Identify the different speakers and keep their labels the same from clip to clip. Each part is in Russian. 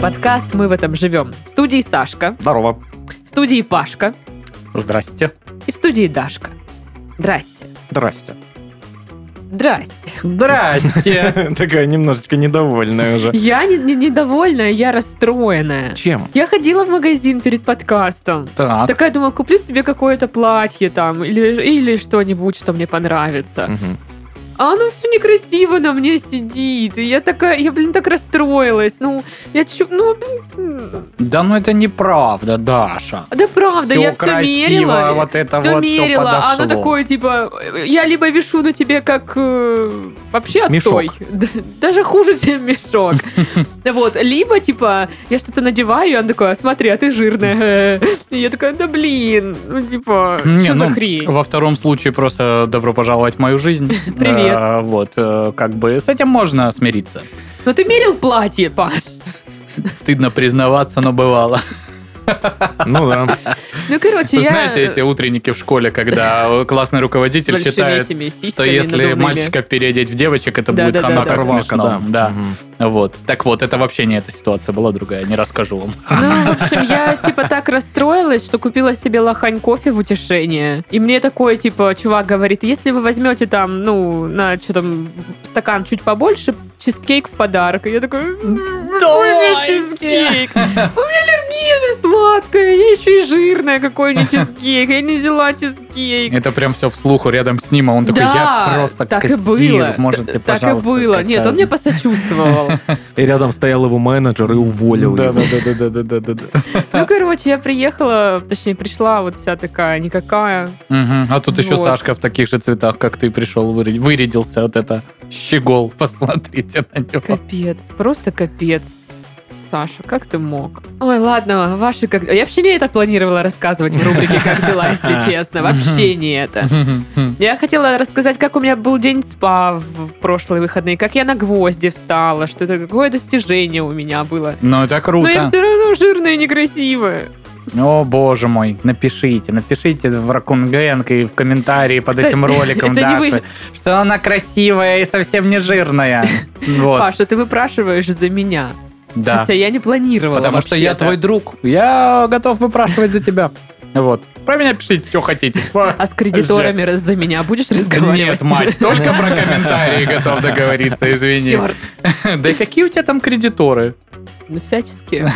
Speaker 1: подкаст «Мы в этом живем». В студии Сашка,
Speaker 2: Здорово.
Speaker 1: в студии Пашка
Speaker 2: Здрасте.
Speaker 1: и в студии Дашка. Здрасте.
Speaker 2: Здрасте.
Speaker 1: Здрасте.
Speaker 3: Здрасте!
Speaker 2: Такая немножечко недовольная уже.
Speaker 1: Я не, не- недовольная, я расстроенная.
Speaker 2: Чем?
Speaker 1: Я ходила в магазин перед подкастом.
Speaker 3: Так.
Speaker 1: Такая, думаю, куплю себе какое-то платье там или, или что-нибудь, что мне понравится.
Speaker 2: Мгм.
Speaker 1: А оно все некрасиво на мне сидит. И я такая, я, блин, так расстроилась. Ну, я чу... Ну, м,
Speaker 3: Да ну это неправда, Даша.
Speaker 1: да правда,
Speaker 3: Всё
Speaker 1: я все
Speaker 3: красиво, а
Speaker 1: мерила.
Speaker 3: вот это
Speaker 1: все
Speaker 3: вот, всё
Speaker 1: мерила, а
Speaker 3: подошло.
Speaker 1: оно такое, типа, э, я либо вишу на тебе как э, вообще
Speaker 2: Мешок.
Speaker 1: отстой. Да, Даже хуже, чем мешок. Вот, либо, типа, я что-то надеваю, и она такая, смотри, а ты жирная. И я такая, да блин, ну, типа,
Speaker 3: Не,
Speaker 1: что за
Speaker 3: ну,
Speaker 1: хрень?
Speaker 3: Во втором случае просто добро пожаловать в мою жизнь.
Speaker 1: Привет.
Speaker 3: А, Вот, э, как бы с этим можно смириться.
Speaker 1: Ну, ты мерил платье, Паш?
Speaker 3: Стыдно признаваться, но бывало.
Speaker 2: Ну да.
Speaker 1: Ну, короче,
Speaker 3: Вы
Speaker 1: я...
Speaker 3: знаете эти утренники в школе, когда классный
Speaker 1: с
Speaker 3: руководитель
Speaker 1: большими
Speaker 3: считает,
Speaker 1: этими
Speaker 3: что
Speaker 1: сиськами
Speaker 3: если
Speaker 1: надувными.
Speaker 3: мальчиков переодеть в девочек, это
Speaker 1: Да,
Speaker 3: будет
Speaker 1: да, да,
Speaker 3: хана
Speaker 1: да.
Speaker 3: как
Speaker 2: Порвалка,
Speaker 3: смешно. Да,
Speaker 2: Мгм.
Speaker 3: вот. Так вот, это вообще не эта ситуация была другая, не расскажу вам.
Speaker 1: Ну, в общем, я, типа, так расстроилась, что купила себе лохань кофе в утешение. И мне такой, типа, чувак говорит, если вы возьмете там, ну, на что там, стакан чуть побольше, чизкейк в подарок. И я такой, «М, какой мне чизкейк? У меня аллергия на сладкое, я еще и жирная, какой не чизкейк, я не взяла чизкейк.
Speaker 3: Это прям все вслух рядом с ним, а он такой,
Speaker 1: Да,
Speaker 3: я просто
Speaker 1: так и
Speaker 3: кассир,
Speaker 1: было. Так и
Speaker 3: можете, пожалуйста,
Speaker 1: было.
Speaker 3: как-то
Speaker 1: Нет, он мне посочувствовал.
Speaker 2: И рядом стоял его менеджер и уволил
Speaker 3: Да,
Speaker 2: его.
Speaker 3: да, да, да, да, да, да, да.
Speaker 1: Ну, короче, я приехала, точнее, пришла вот вся такая никакая.
Speaker 3: Мгм. А тут еще
Speaker 1: Вот.
Speaker 3: Сашка в таких же цветах, как ты пришел, выре- вырядился вот это щегол. Посмотрите на него.
Speaker 1: Капец, просто капец. Саша, как ты мог? Ой, ладно, ваши как... Я вообще не это планировала рассказывать в рубрике «Как дела», если честно. Вообще не это. Я хотела рассказать, как у меня был день спа в в прошлые выходные, как я на гвозди встала, что это какое достижение у меня было.
Speaker 3: Ну, это
Speaker 1: Но я
Speaker 3: круто.
Speaker 1: все равно жирная и некрасивая.
Speaker 3: О, боже мой, напишите, напишите в Ракунгенг и в комментарии под
Speaker 1: Кстати,
Speaker 3: этим роликом
Speaker 1: это не
Speaker 3: Даши,
Speaker 1: вы.
Speaker 3: что она красивая и совсем не жирная. Вот,
Speaker 1: Паша, ты выпрашиваешь за меня.
Speaker 3: да.
Speaker 1: Хотя я не планировала
Speaker 3: Потому что я
Speaker 1: вообще-то.
Speaker 3: твой друг. Я готов выпрашивать за тебя. Вот. Про меня пишите, что хотите.
Speaker 1: А с кредиторами раз- за меня будешь разговаривать?
Speaker 3: Нет, мать, только про комментарии готов договориться, извини.
Speaker 1: Черт.
Speaker 3: Да и какие у тебя там кредиторы?
Speaker 1: Ну, всячески.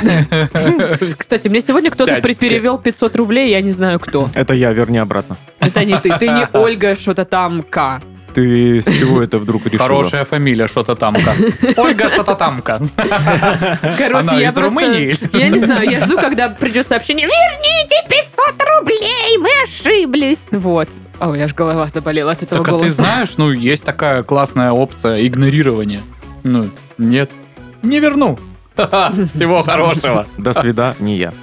Speaker 1: Кстати, мне сегодня кто-то
Speaker 3: Всячески.
Speaker 1: перевел 500 рублей, я не знаю кто.
Speaker 2: Это я, верни обратно.
Speaker 1: Это не ты, ты не Ольга что-то там К.
Speaker 2: Ты с чего это вдруг решила?
Speaker 3: Хорошая фамилия, что-то тамка. Ольга что-то тамка.
Speaker 1: Короче,
Speaker 3: Она
Speaker 1: я
Speaker 3: из
Speaker 1: просто-
Speaker 3: Румынии? или
Speaker 1: Я не
Speaker 3: что?
Speaker 1: знаю, я жду, когда придет сообщение «Верните 500 рублей, мы ошиблись». Вот. А, у меня аж голова заболела от этого
Speaker 3: Так а ты
Speaker 1: голоса.
Speaker 3: знаешь, ну, есть такая классная опция игнорирования. Ну, нет. Не верну. Ха-ха, Всего хорошего.
Speaker 2: До свидания.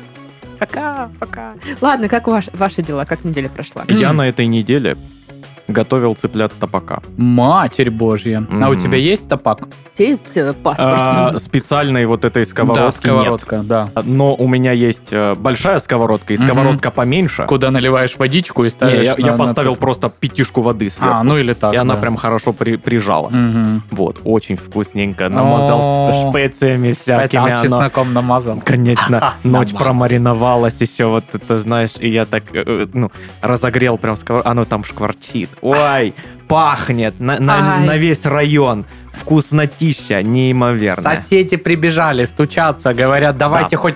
Speaker 1: Пока, пока. Ладно, как ваш- ваши дела, как неделя прошла?
Speaker 2: Я на этой неделе готовил цыплят топака.
Speaker 3: Матерь божья. А у
Speaker 2: Мгм.
Speaker 3: тебя есть топак?
Speaker 1: Есть э,
Speaker 2: А,
Speaker 1: паспорт?
Speaker 2: Специальной вот этой
Speaker 3: Да,
Speaker 2: сковородки нет.
Speaker 3: сковородка, да.
Speaker 2: Но у меня есть э, большая сковородка и
Speaker 3: Мгм.
Speaker 2: сковородка поменьше.
Speaker 3: Куда наливаешь водичку и
Speaker 2: Не,
Speaker 3: ставишь
Speaker 2: я,
Speaker 3: на-
Speaker 2: я
Speaker 3: на
Speaker 2: поставил
Speaker 3: цеп.
Speaker 2: просто пятишку воды сверху.
Speaker 3: А, ну или так,
Speaker 2: и она
Speaker 3: да.
Speaker 2: прям хорошо при- прижала.
Speaker 3: Мгм.
Speaker 2: Вот, очень вкусненько. Намазал
Speaker 3: О.
Speaker 2: с специями всякими.
Speaker 3: Специально с
Speaker 2: оно-
Speaker 3: чесноком намазал.
Speaker 2: Конечно, ночь
Speaker 3: намазал.
Speaker 2: промариновалась еще, вот это знаешь, и я так, э, э, ну, разогрел прям сковородку, оно там шкварчит. Ой, пахнет на, на-
Speaker 1: Ай.
Speaker 2: на весь район. Вкуснотища неимоверная.
Speaker 3: Соседи прибежали стучаться, говорят, давайте хоть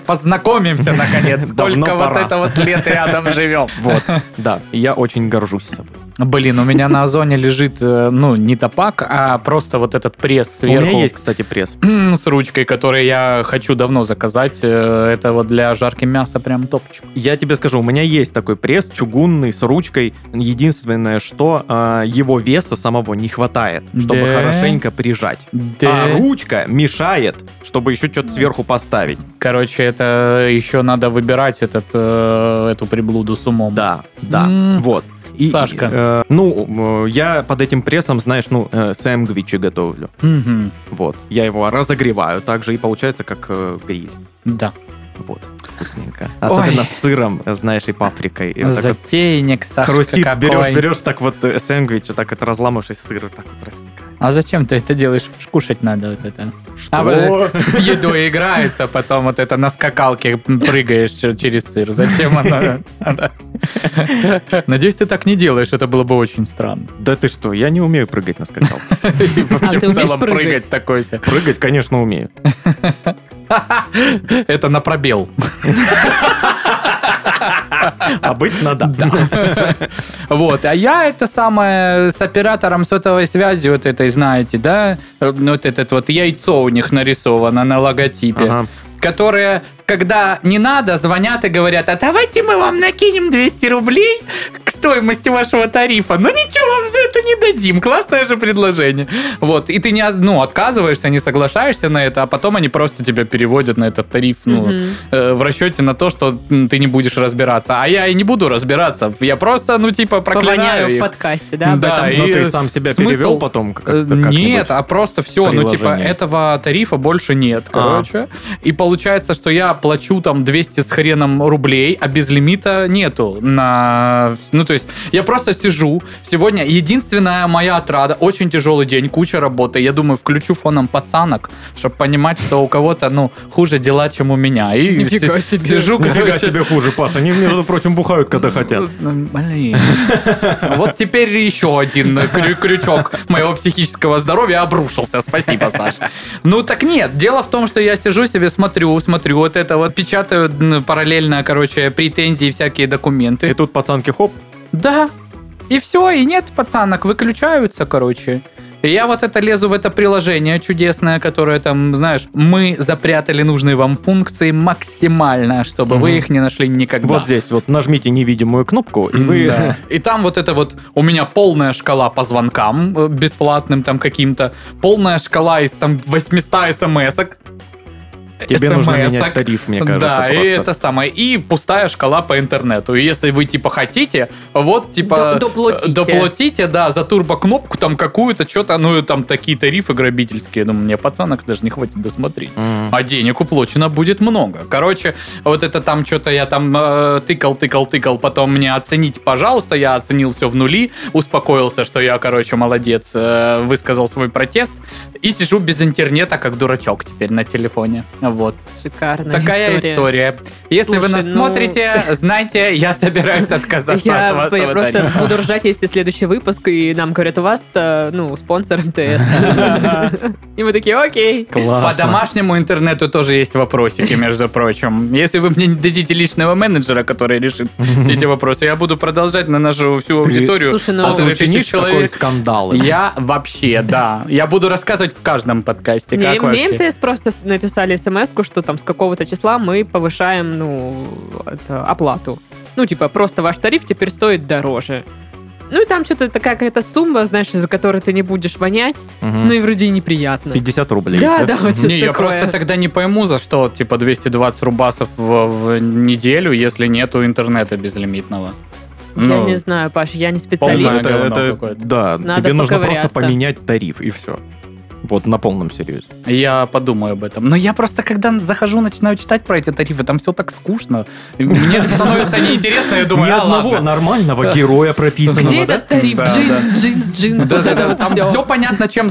Speaker 3: познакомимся наконец,
Speaker 2: Давно
Speaker 3: сколько вот
Speaker 2: пора.
Speaker 3: это вот лет рядом живем.
Speaker 2: Вот, да, я очень горжусь собой.
Speaker 3: Блин, у меня на озоне лежит, э, ну, не топак, а просто вот этот пресс
Speaker 2: У меня
Speaker 3: сверху.
Speaker 2: есть, кстати, пресс.
Speaker 3: С ручкой, который я хочу давно заказать. Э, Это вот для жарки мяса прям топчик.
Speaker 2: Я тебе скажу, у меня есть такой пресс чугунный с ручкой. Единственное, что а, его веса самого не хватает, чтобы
Speaker 3: Да.
Speaker 2: хорошенько прижать.
Speaker 3: Да.
Speaker 2: А ручка мешает, чтобы еще что-то сверху поставить.
Speaker 3: Короче, это еще надо выбирать этот, э, эту приблуду с умом.
Speaker 2: Да, да,
Speaker 3: М.
Speaker 2: вот.
Speaker 3: Сашка.
Speaker 2: э, ну, э, я под этим прессом, знаешь, ну, э, сэндвичи готовлю.
Speaker 3: Мгм.
Speaker 2: Вот. Я его разогреваю также, и получается как э, гриль.
Speaker 3: Да.
Speaker 2: Вот. Вкусненько. Особенно
Speaker 3: Ой.
Speaker 2: с сыром, э, знаешь, и паприкой. И вот так вот
Speaker 3: Затейник, Сашка
Speaker 2: Хрустит,
Speaker 3: какой.
Speaker 2: берешь, берешь, так вот э, сэндвич, вот так это разламываешь, и сыр вот так вот растекает.
Speaker 3: А зачем ты это делаешь? Ж Кушать надо вот это.
Speaker 2: Что?
Speaker 3: А вот с едой играется, потом вот это на скакалке прыгаешь через сыр. Зачем она? она- Надеюсь, ты так не делаешь, это было бы очень странно.
Speaker 2: Да ты что, я не умею прыгать на скакалке.
Speaker 3: И вообще
Speaker 1: А ты
Speaker 3: в
Speaker 1: умеешь
Speaker 3: целом
Speaker 1: прыгать?
Speaker 3: прыгать такой себе.
Speaker 2: Прыгать, конечно, умею.
Speaker 3: Это на пробел.
Speaker 2: Обычно да.
Speaker 3: Вот, а я это самое с оператором сотовой связи вот этой, знаете, да? Э, ну, Вот этот вот яйцо у них нарисовано на логотипе.
Speaker 2: Ага.
Speaker 3: которые, когда не надо, звонят и говорят, а давайте мы вам накинем 200 рублей к стоимости вашего тарифа. Ну ничего вам за это не дадим. Классное же предложение. Вот. И ты не од- ну, отказываешься, не соглашаешься на это, а потом они просто тебя переводят на этот тариф ну,
Speaker 1: Мгм.
Speaker 3: э, в расчете на то, что м, ты не будешь разбираться. А я и не буду разбираться. Я просто, ну, типа, проклинаю
Speaker 1: Повоняю в
Speaker 3: их.
Speaker 1: подкасте, да, об
Speaker 3: Да,
Speaker 1: этом?
Speaker 3: А, и
Speaker 2: Ну ты сам себя
Speaker 3: смысл?
Speaker 2: перевел потом? как-
Speaker 3: Э,
Speaker 2: как-нибудь?
Speaker 3: Нет, а просто все, ну типа
Speaker 2: приложение.
Speaker 3: этого тарифа больше нет,
Speaker 2: А.
Speaker 3: короче. И получается, что я плачу там 200 с хреном рублей, а без лимита нету на... Ну то есть я просто сижу, сегодня единственная моя отрада, очень тяжелый день, куча работы, я думаю, включу фоном пацанок, чтобы понимать, что у кого-то, ну, хуже дела, чем у меня. И
Speaker 1: Нифига
Speaker 3: си-
Speaker 1: себе.
Speaker 3: сижу,
Speaker 2: Нифига
Speaker 3: короче,
Speaker 2: себе хуже, Паша. Они, между прочим, бухают, когда хотят.
Speaker 3: ну, Блин. Вот теперь еще один крю- крючок моего психического здоровья обрушился. Спасибо, Саша. Ну так нет, дело в том, что я сижу себе, смотрю, смотрю вот это вот, печатаю м, параллельно, короче, претензии, всякие документы.
Speaker 2: И тут пацанки хоп.
Speaker 3: Да. И все, и нет пацанок, выключаются, короче. И я вот это лезу в это приложение чудесное, которое там, знаешь, мы запрятали нужные вам функции максимально, чтобы вы
Speaker 2: Мгм.
Speaker 3: их не нашли никогда.
Speaker 2: Вот здесь вот нажмите невидимую кнопку, и вы...
Speaker 3: Да. И там вот это вот, у меня полная шкала по звонкам, э, бесплатным там каким-то, полная шкала из там 800 смс
Speaker 2: Тебе нужно менять тариф, мне кажется,
Speaker 3: да, и
Speaker 2: просто.
Speaker 3: это самое. И пустая шкала по интернету. И если вы типа хотите, вот типа
Speaker 1: До- доплатите.
Speaker 3: э, доплатите, да, за турбокнопку там какую-то, что-то, ну и там такие тарифы грабительские. Я думаю, мне пацанок даже не хватит досмотреть.
Speaker 2: М.
Speaker 3: А денег уплочено будет много. Короче, вот это там что-то я там э, тыкал, тыкал, тыкал, потом мне оценить, пожалуйста, я оценил все в нули, успокоился, что я, короче, молодец, э, высказал свой протест и сижу без интернета, как дурачок теперь на телефоне. Вот.
Speaker 1: Шикарная
Speaker 3: Такая история. Если вы
Speaker 1: Ну, Слушай,
Speaker 3: нас
Speaker 1: ну-
Speaker 3: смотрите, знайте, я собираюсь отказаться от
Speaker 1: Я,
Speaker 3: вас.
Speaker 1: я просто буду ржать, если следующий выпуск, и нам говорят, у вас, э, ну, спонсор МТС. И мы такие, окей.
Speaker 2: Классно.
Speaker 3: По домашнему интернету тоже есть вопросики, между прочим. Если вы мне не дадите личного менеджера, который решит все эти вопросы, я буду продолжать на нашу всю
Speaker 2: Ты-
Speaker 3: аудиторию.
Speaker 1: Слушай, ну,
Speaker 3: полторы тысячи
Speaker 2: Учинишь такой
Speaker 3: человек.
Speaker 2: скандал.
Speaker 3: Я вообще, да. Я буду рассказывать в каждом подкасте,
Speaker 1: Не,
Speaker 3: как
Speaker 1: Мне
Speaker 3: вообще.
Speaker 1: МТС просто с- написали смс что там с какого-то числа мы повышаем, ну, это, оплату. Ну, типа, просто ваш тариф теперь стоит дороже. Ну, и там что-то такая какая-то сумма, знаешь, из-за которой ты не будешь вонять,
Speaker 2: Мгм.
Speaker 1: ну, и вроде и неприятно.
Speaker 2: 50 рублей.
Speaker 1: Да, да, вот что-то
Speaker 3: Не, я
Speaker 1: такое.
Speaker 3: просто тогда не пойму, за что, типа, 220 рубасов в, в неделю, если нету интернета безлимитного.
Speaker 1: Я
Speaker 3: Ну,
Speaker 1: не знаю, Паш, я не
Speaker 2: Полное
Speaker 1: специалист.
Speaker 3: Полная.
Speaker 2: говно
Speaker 3: Это- это-
Speaker 2: какое-то. Да,
Speaker 1: Надо
Speaker 2: тебе нужно просто
Speaker 1: поковыряться.
Speaker 2: поменять тариф, и все. Вот на полном серьезе.
Speaker 3: Я подумаю об этом. Но я просто, когда захожу, начинаю читать про эти тарифы, там все так скучно. Мне становится неинтересно, я думаю,
Speaker 2: Ни
Speaker 3: а
Speaker 2: одного
Speaker 3: ладно.
Speaker 2: нормального героя прописанного.
Speaker 1: Где
Speaker 2: да?
Speaker 1: этот тариф?
Speaker 3: Да,
Speaker 1: Джинс, джинс, джинс,
Speaker 3: Да,
Speaker 1: вот
Speaker 3: да,
Speaker 1: это
Speaker 3: да,
Speaker 1: вот
Speaker 3: там все.
Speaker 1: все.
Speaker 3: понятно, чем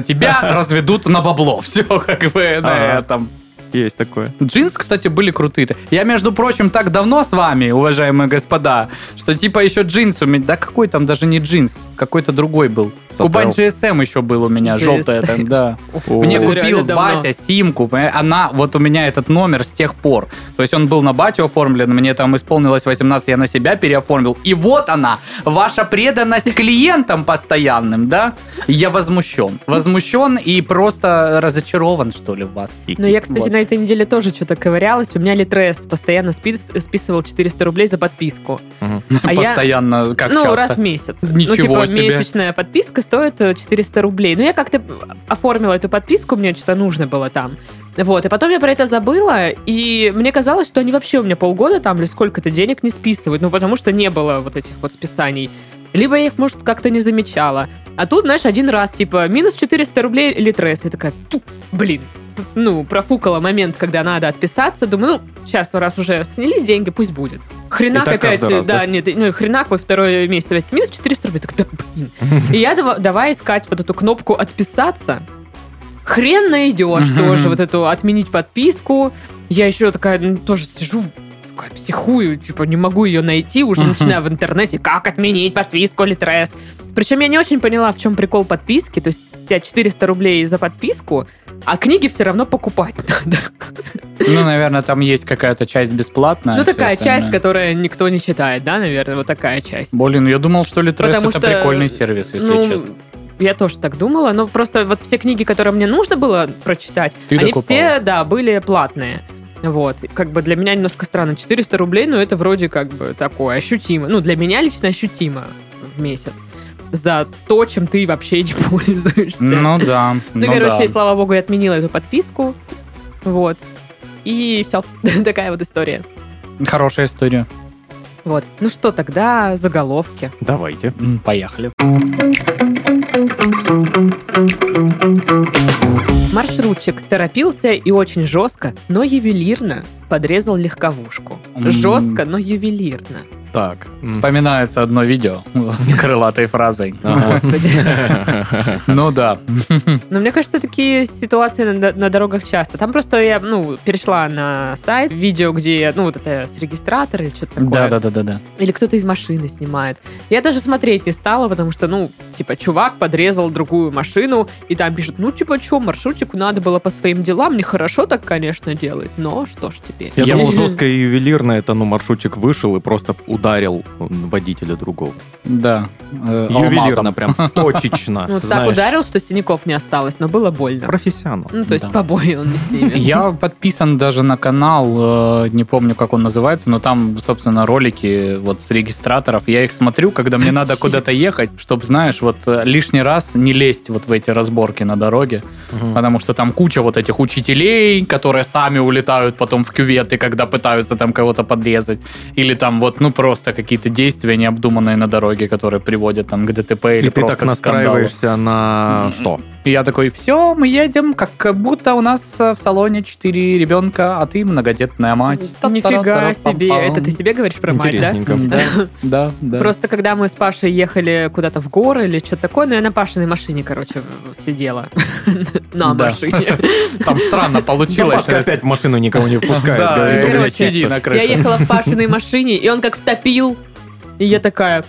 Speaker 3: Тебя разведут на бабло. Все как бы на
Speaker 2: Ага.
Speaker 3: этом.
Speaker 2: Есть такое.
Speaker 3: Джинсы, кстати, были крутые. Я, между прочим, так давно с вами, уважаемые господа, что типа еще джинс у меня... Да какой там даже не джинс, какой-то другой был.
Speaker 2: Сапел.
Speaker 3: Кубань GSM еще Эм был у меня,
Speaker 1: GSM.
Speaker 3: желтая там,
Speaker 1: Эм.
Speaker 3: да. Мне
Speaker 2: О.
Speaker 3: купил
Speaker 1: Реально давно.
Speaker 3: батя симку, поня- она, вот у меня этот номер с тех пор. То есть он был на батю оформлен, мне там исполнилось 18, я на себя переоформил. И вот она, ваша преданность клиентам постоянным, да? Я возмущен. Возмущен и просто разочарован, что ли, в вас.
Speaker 1: Но Ну, я, кстати,
Speaker 3: Вот.
Speaker 1: на этой неделе тоже что-то ковырялась. У меня Литрес постоянно спис- списывал 400 рублей за подписку.
Speaker 2: Мгм.
Speaker 1: А я-
Speaker 3: Ну, Постоянно, как
Speaker 1: ну,
Speaker 3: часто.
Speaker 1: раз в месяц. ну,
Speaker 3: Ничего
Speaker 1: типа,
Speaker 3: себе.
Speaker 1: месячная подписка стоит э, 400 рублей. Но я как-то оформила эту подписку, мне что-то нужно было там. Вот, и потом я про это забыла, и мне казалось, что они вообще у меня полгода там или сколько-то денег не списывают, ну, потому что не было вот этих вот списаний. Либо я их, может, как-то не замечала. А тут, знаешь, один раз, типа, минус 400 рублей Литрес. Я такая, «Тьфу, блин, ну, профукала момент, когда надо отписаться. Думаю, ну, сейчас, раз уже снялись деньги, пусть будет. Хренак
Speaker 2: И так
Speaker 1: опять,
Speaker 2: каждый раз,
Speaker 1: да,
Speaker 2: да?
Speaker 1: нет, ну, хренак вот второй месяц опять минус 400 рублей. Так, да, блин. И я дава- давай искать вот эту кнопку «Отписаться». Хрен найдешь
Speaker 3: Мгм.
Speaker 1: тоже вот эту «Отменить подписку». Я еще такая, ну, тоже сижу, такая психую, типа не могу ее найти, уже
Speaker 3: Мгм.
Speaker 1: начинаю в интернете, как отменить подписку или трес. Причем я не очень поняла, в чем прикол подписки, то есть у тебя 400 рублей за подписку, а книги все равно покупать надо.
Speaker 3: Ну, наверное, там есть какая-то часть бесплатная.
Speaker 1: ну
Speaker 3: всё
Speaker 1: такая часть,
Speaker 3: остальное.
Speaker 1: которую никто не читает, да, наверное, вот такая часть.
Speaker 3: Блин, я думал, что Литрес
Speaker 1: Потому
Speaker 3: это
Speaker 1: что,
Speaker 3: прикольный сервис, если
Speaker 1: Ну,
Speaker 3: честно.
Speaker 1: я тоже так думала, но просто вот все книги, которые мне нужно было прочитать,
Speaker 3: Ты
Speaker 1: они
Speaker 3: докупала.
Speaker 1: все, да, были платные. Вот, как бы для меня немножко странно. 400 рублей, но это вроде как бы такое ощутимо. Ну, для меня лично ощутимо в месяц за то, чем ты вообще не пользуешься.
Speaker 3: Ну да.
Speaker 1: Ну, короче, и слава богу, я отменила эту подписку. Вот. И все. Такая вот история.
Speaker 3: Хорошая история.
Speaker 1: Вот. Ну что тогда, заголовки.
Speaker 2: Давайте.
Speaker 3: М, Поехали.
Speaker 1: Маршрутчик торопился и очень жестко, но ювелирно подрезал легковушку.
Speaker 3: М.
Speaker 1: Жестко, но ювелирно.
Speaker 2: Так.
Speaker 3: Вспоминается одно видео с крылатой фразой.
Speaker 1: Господи.
Speaker 3: Ну да.
Speaker 1: Но мне кажется, такие ситуации на, на дорогах часто. Там просто я, ну, перешла на сайт, видео, где, ну, вот это с регистратора или что-то такое.
Speaker 3: Да-да-да-да.
Speaker 1: Или кто-то из машины снимает. Я даже смотреть не стала, потому что, ну, типа, чувак подрезал другую машину, и там пишут, ну, типа, что, маршрутику надо было по своим делам, нехорошо так, конечно, делать, но что ж теперь.
Speaker 2: Я
Speaker 3: Я
Speaker 2: думал,
Speaker 3: не-
Speaker 2: жестко и ювелирно это, ну, маршрутчик вышел и просто ударил м, водителя другого.
Speaker 3: Да. Э,
Speaker 2: Ювелирно
Speaker 3: алмазом.
Speaker 2: прям, точечно.
Speaker 3: А,
Speaker 1: Ну, так
Speaker 2: знаешь.
Speaker 1: ударил, что синяков не осталось, но было больно.
Speaker 2: Профессионал.
Speaker 1: Ну, то есть
Speaker 3: Да.
Speaker 1: побои он не снимет.
Speaker 3: Я подписан даже на канал, э, не помню, как он называется, но там, собственно, ролики вот с регистраторов. Я их смотрю, когда мне надо
Speaker 1: Зачем?
Speaker 3: куда-то ехать, чтобы, знаешь, вот э, лишний раз не лезть вот в эти разборки на дороге,
Speaker 2: Мгм.
Speaker 3: потому что там куча вот этих учителей, которые сами улетают потом в кюветы, когда пытаются там кого-то подрезать, или там вот, ну, просто какие-то действия необдуманные на дороге, которые приводят там к ДТП или
Speaker 2: И ты
Speaker 3: просто
Speaker 2: так
Speaker 3: к скандалу.
Speaker 2: настраиваешься на
Speaker 3: Мгм.
Speaker 2: что?
Speaker 3: И я такой, все, мы едем, как будто у нас э, в салоне четыре ребенка, а ты многодетная мать.
Speaker 1: Нифига
Speaker 3: Та-та-та-та-пам-пам.
Speaker 1: себе. Это ты себе говоришь про мать, да?
Speaker 2: Интересненько.
Speaker 3: Да, да, да.
Speaker 1: Просто когда мы с Пашей ехали куда-то в горы или что-то такое, но я на Пашиной машине, короче, в- сидела. На
Speaker 3: Да.
Speaker 1: машине.
Speaker 3: там странно получилось.
Speaker 2: Бабка опять в машину никого не впускает.
Speaker 3: Да,
Speaker 1: и
Speaker 2: говорит, «У меня
Speaker 1: короче,
Speaker 2: чисто».
Speaker 3: сиди на
Speaker 1: Я
Speaker 3: крыше.
Speaker 1: ехала в Пашиной машине, и он как втопил. И я такая,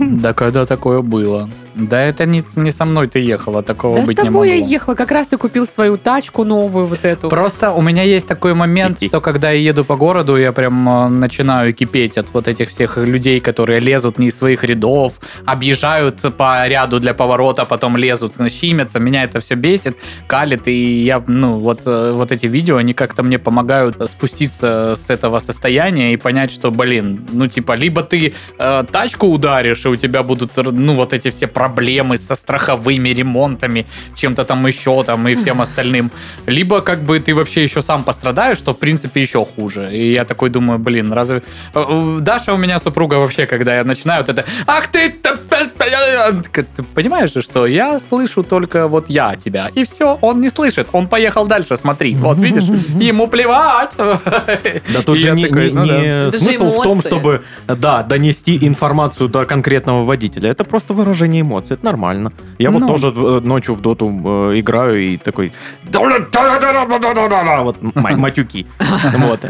Speaker 3: Да когда такое было? Да это не, не со мной ты ехала, такого
Speaker 1: да с
Speaker 3: быть не
Speaker 1: тобой я
Speaker 3: могло.
Speaker 1: ехала, как раз ты купил свою тачку новую вот эту.
Speaker 3: Просто у меня есть такой момент, что когда я еду по городу, я прям э, начинаю кипеть от вот этих всех людей, которые лезут не из своих рядов, объезжают по ряду для поворота, а потом лезут, ну, щимятся. Меня это все бесит, калит, и я, ну, вот, э, вот эти видео, они как-то мне помогают спуститься с этого состояния и понять, что, блин, ну, типа, либо ты э, тачку ударишь, и у тебя будут, р- ну, вот эти все проблемы со страховыми ремонтами, чем-то там еще, там, и всем остальным, либо как бы ты вообще еще сам пострадаешь, что в принципе еще хуже. И я такой думаю, блин, разве... Э, э, Даша у меня супруга вообще, когда я начинаю вот это... Ах ты... та- та- та- я-я-я». Ты понимаешь же, что я слышу только вот я тебя. И все, он не слышит. Он поехал дальше, смотри. Вот видишь, ему плевать.
Speaker 2: Да тут
Speaker 3: И
Speaker 2: же
Speaker 3: я
Speaker 2: не,
Speaker 3: такой,
Speaker 2: не-
Speaker 3: ну да.
Speaker 2: не
Speaker 1: Это же
Speaker 2: смысл в том,
Speaker 1: эмоции.
Speaker 2: чтобы да, донести информацию до конкретного водителя. Это просто выражение эмоций, это нормально. Я
Speaker 3: Ну.
Speaker 2: вот тоже э, ночью в доту э, играю и такой... Вот ма- матюки. Вот.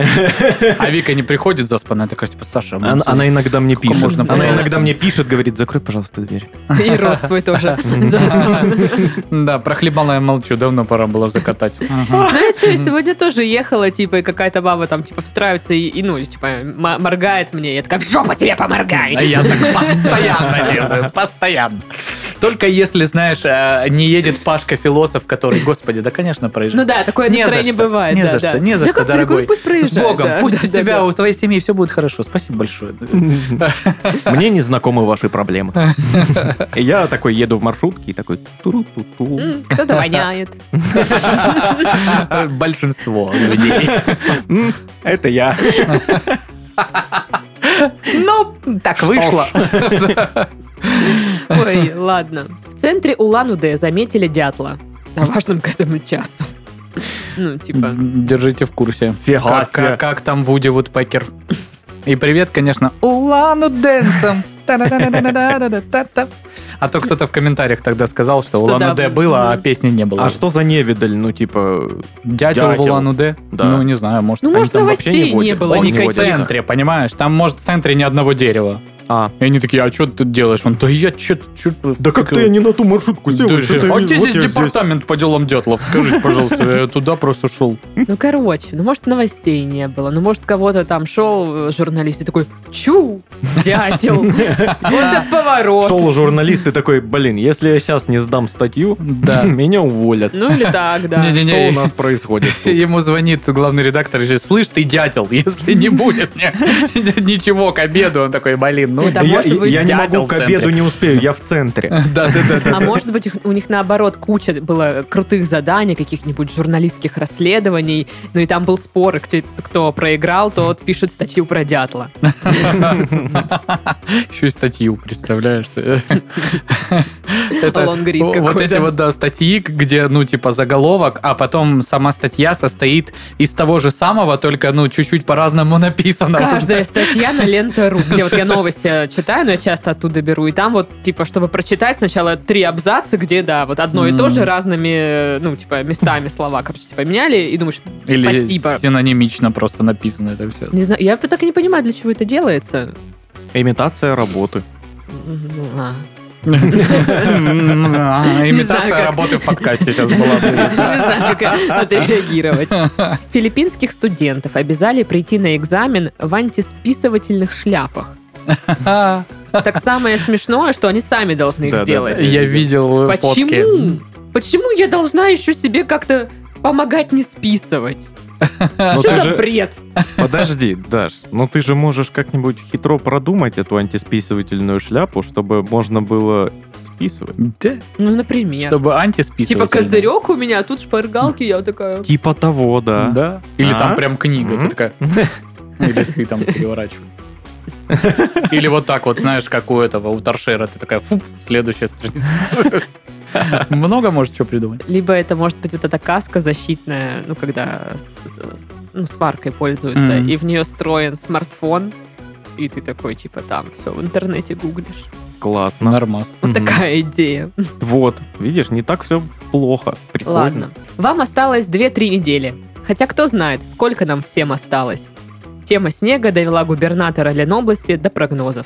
Speaker 3: А Вика не приходит заспанная, такая типа, Саша, мы
Speaker 2: Она она иногда мне
Speaker 3: Сколько
Speaker 2: пишет.
Speaker 3: можно,
Speaker 2: Она иногда
Speaker 3: пожалуйста?
Speaker 2: мне пишет, говорит, закрой, пожалуйста, дверь.
Speaker 1: И рот свой тоже. заодно.
Speaker 3: Да, про хлебала я молчу, давно пора было закатать. Мгм.
Speaker 1: Ну, я что, я сегодня тоже ехала, типа, и какая-то баба там, типа, встраивается и, и, ну, типа, м- моргает мне. Я такая, в жопу себе
Speaker 3: А
Speaker 1: поморгай!
Speaker 3: я так постоянно делаю, постоянно. Только если, знаешь, э, не едет Пашка-философ, который, господи, да, конечно, проезжает.
Speaker 1: Ну да, такое
Speaker 3: Не за
Speaker 1: настроение
Speaker 3: что,
Speaker 1: бывает.
Speaker 3: не
Speaker 1: да,
Speaker 3: за
Speaker 1: да.
Speaker 3: что, не за
Speaker 1: Да,
Speaker 3: что,
Speaker 1: господи,
Speaker 3: дорогой.
Speaker 1: Пусть
Speaker 3: С
Speaker 1: проезжает.
Speaker 3: Богом,
Speaker 1: да,
Speaker 3: пусть
Speaker 1: да,
Speaker 3: у тебя,
Speaker 1: да.
Speaker 3: у твоей семьи все будет хорошо. Спасибо большое.
Speaker 2: Мне не знакомы ваши проблемы. Я такой еду в маршрутке и такой... «Туру-ту-ту».
Speaker 1: М, Кто-то воняет.
Speaker 3: Большинство людей.
Speaker 2: М, Это я.
Speaker 3: Ну, так вышло.
Speaker 1: Ой, ладно. В центре Улан-Удэ заметили дятла. На важном к этому часу. Ну, типа...
Speaker 3: Держите в курсе.
Speaker 2: Фига
Speaker 3: Как, как- как там Вуди Вудпекер? И привет, конечно, Улану Дэнсом. Та-да-да-да-да-да-да-та-та. А то кто-то в комментариях тогда сказал, что,
Speaker 1: Что
Speaker 3: Улан
Speaker 1: да,
Speaker 3: Удэ было, а
Speaker 1: мгм.
Speaker 3: песни не было.
Speaker 2: А что за невидаль? Ну, типа,
Speaker 3: Дятел в
Speaker 2: Дятел.
Speaker 3: Улан Удэ?
Speaker 2: Да.
Speaker 3: Ну, не знаю, может,
Speaker 1: Ну,
Speaker 3: они
Speaker 1: может,
Speaker 2: там вообще не
Speaker 1: новостей не
Speaker 2: водят.
Speaker 1: было
Speaker 2: Он не
Speaker 3: Он в
Speaker 2: водит.
Speaker 1: никаких.
Speaker 3: центре, понимаешь? Там, может, в центре ни одного дерева.
Speaker 2: а,
Speaker 3: И они такие, а что ты тут делаешь? Он, да я что
Speaker 2: Да как-то я не на ту маршрутку сел.
Speaker 3: Да,
Speaker 2: что-то
Speaker 3: а
Speaker 2: я-
Speaker 3: где
Speaker 2: вот я
Speaker 3: здесь департамент по делам дятлов? Скажите, пожалуйста, я туда просто шел.
Speaker 1: Ну, короче, ну, может, новостей не было. Ну, может, кого-то там шел э, журналист и такой, чу, дятел, вот этот поворот.
Speaker 2: Шел а журналист и такой, блин, если я сейчас не сдам статью,
Speaker 3: Да.
Speaker 2: меня уволят.
Speaker 1: Ну, или так, да.
Speaker 3: Не-не-не.
Speaker 2: Что у нас происходит? тут?
Speaker 3: Ему звонит главный редактор и говорит, слышь, ты дятел, если не будет мне ничего к обеду. Он такой, блин, ну...
Speaker 1: Ну, да,
Speaker 2: Я-
Speaker 1: может
Speaker 2: я-
Speaker 1: быть,
Speaker 2: Я не
Speaker 3: дятел
Speaker 2: могу к
Speaker 3: в центре.
Speaker 2: обеду не успею, я в центре.
Speaker 3: Да, да, да, да.
Speaker 1: А может быть, их- у них наоборот куча было крутых заданий, каких-нибудь журналистских расследований, ну и там был спор, и кто, кто проиграл, тот пишет статью про дятла.
Speaker 3: Еще и статью, представляешь? ты?
Speaker 1: Лонгрид
Speaker 3: вот
Speaker 1: какой-то.
Speaker 3: эти вот, да, статьи, где, ну, типа, заголовок, а потом сама статья состоит из того же самого, только, ну, чуть-чуть по-разному написано.
Speaker 1: Каждая статья на лента.ру, где вот я новости э, читаю, но я часто оттуда беру, и там вот, типа, чтобы прочитать сначала три абзаца, где, да, вот одно и то же
Speaker 3: М.
Speaker 1: разными, э, ну, типа, местами слова, короче, все поменяли, и думаешь,
Speaker 3: Или
Speaker 1: спасибо.
Speaker 3: синонимично просто написано это все.
Speaker 1: Не знаю, я так и не понимаю, для чего это делается.
Speaker 2: Имитация работы.
Speaker 1: М, ну, а.
Speaker 3: А,
Speaker 1: Не знаю,
Speaker 3: Имитация
Speaker 1: как.
Speaker 3: работы в подкасте сейчас была.
Speaker 1: Не знаю, как отреагировать. Филиппинских студентов обязали прийти на экзамен в антисписывательных шляпах. Так самое смешное, что они сами должны их
Speaker 2: Да-да-да.
Speaker 1: сделать.
Speaker 3: Я видел фотки.
Speaker 1: Почему? Почему я должна еще себе как-то помогать не списывать?
Speaker 2: Но
Speaker 1: А, Что
Speaker 2: Ну, ты
Speaker 1: за
Speaker 2: же-
Speaker 1: бред?
Speaker 2: Подожди, Даш, ну ты же можешь как-нибудь хитро продумать эту антисписывательную шляпу, чтобы можно было списывать.
Speaker 3: Да,
Speaker 1: Ну, например.
Speaker 3: Чтобы антисписывать.
Speaker 1: Типа козырек у меня, а тут шпаргалки, я такая...
Speaker 2: Типа того, да.
Speaker 3: Да. Или
Speaker 2: А?
Speaker 3: там прям книга. Ты
Speaker 2: Мгм.
Speaker 3: такая... Или ты там переворачиваешь. Или вот так вот, знаешь, как у этого, у торшера. Ты такая, фу, следующая страница. Много может что придумать.
Speaker 1: Либо это может быть вот эта каска защитная, ну, когда с, с- ну, сваркой пользуются,
Speaker 3: Мгм.
Speaker 1: и в нее встроен смартфон, и ты такой, типа, там все в интернете гуглишь.
Speaker 2: Классно.
Speaker 3: Нормас.
Speaker 1: Вот
Speaker 2: Мгм.
Speaker 1: такая идея.
Speaker 2: Вот, видишь, не так все плохо. Прикольно.
Speaker 1: Ладно. Вам осталось 2-3 недели. Хотя кто знает, сколько нам всем осталось. Тема снега довела губернатора Ленобласти до прогнозов.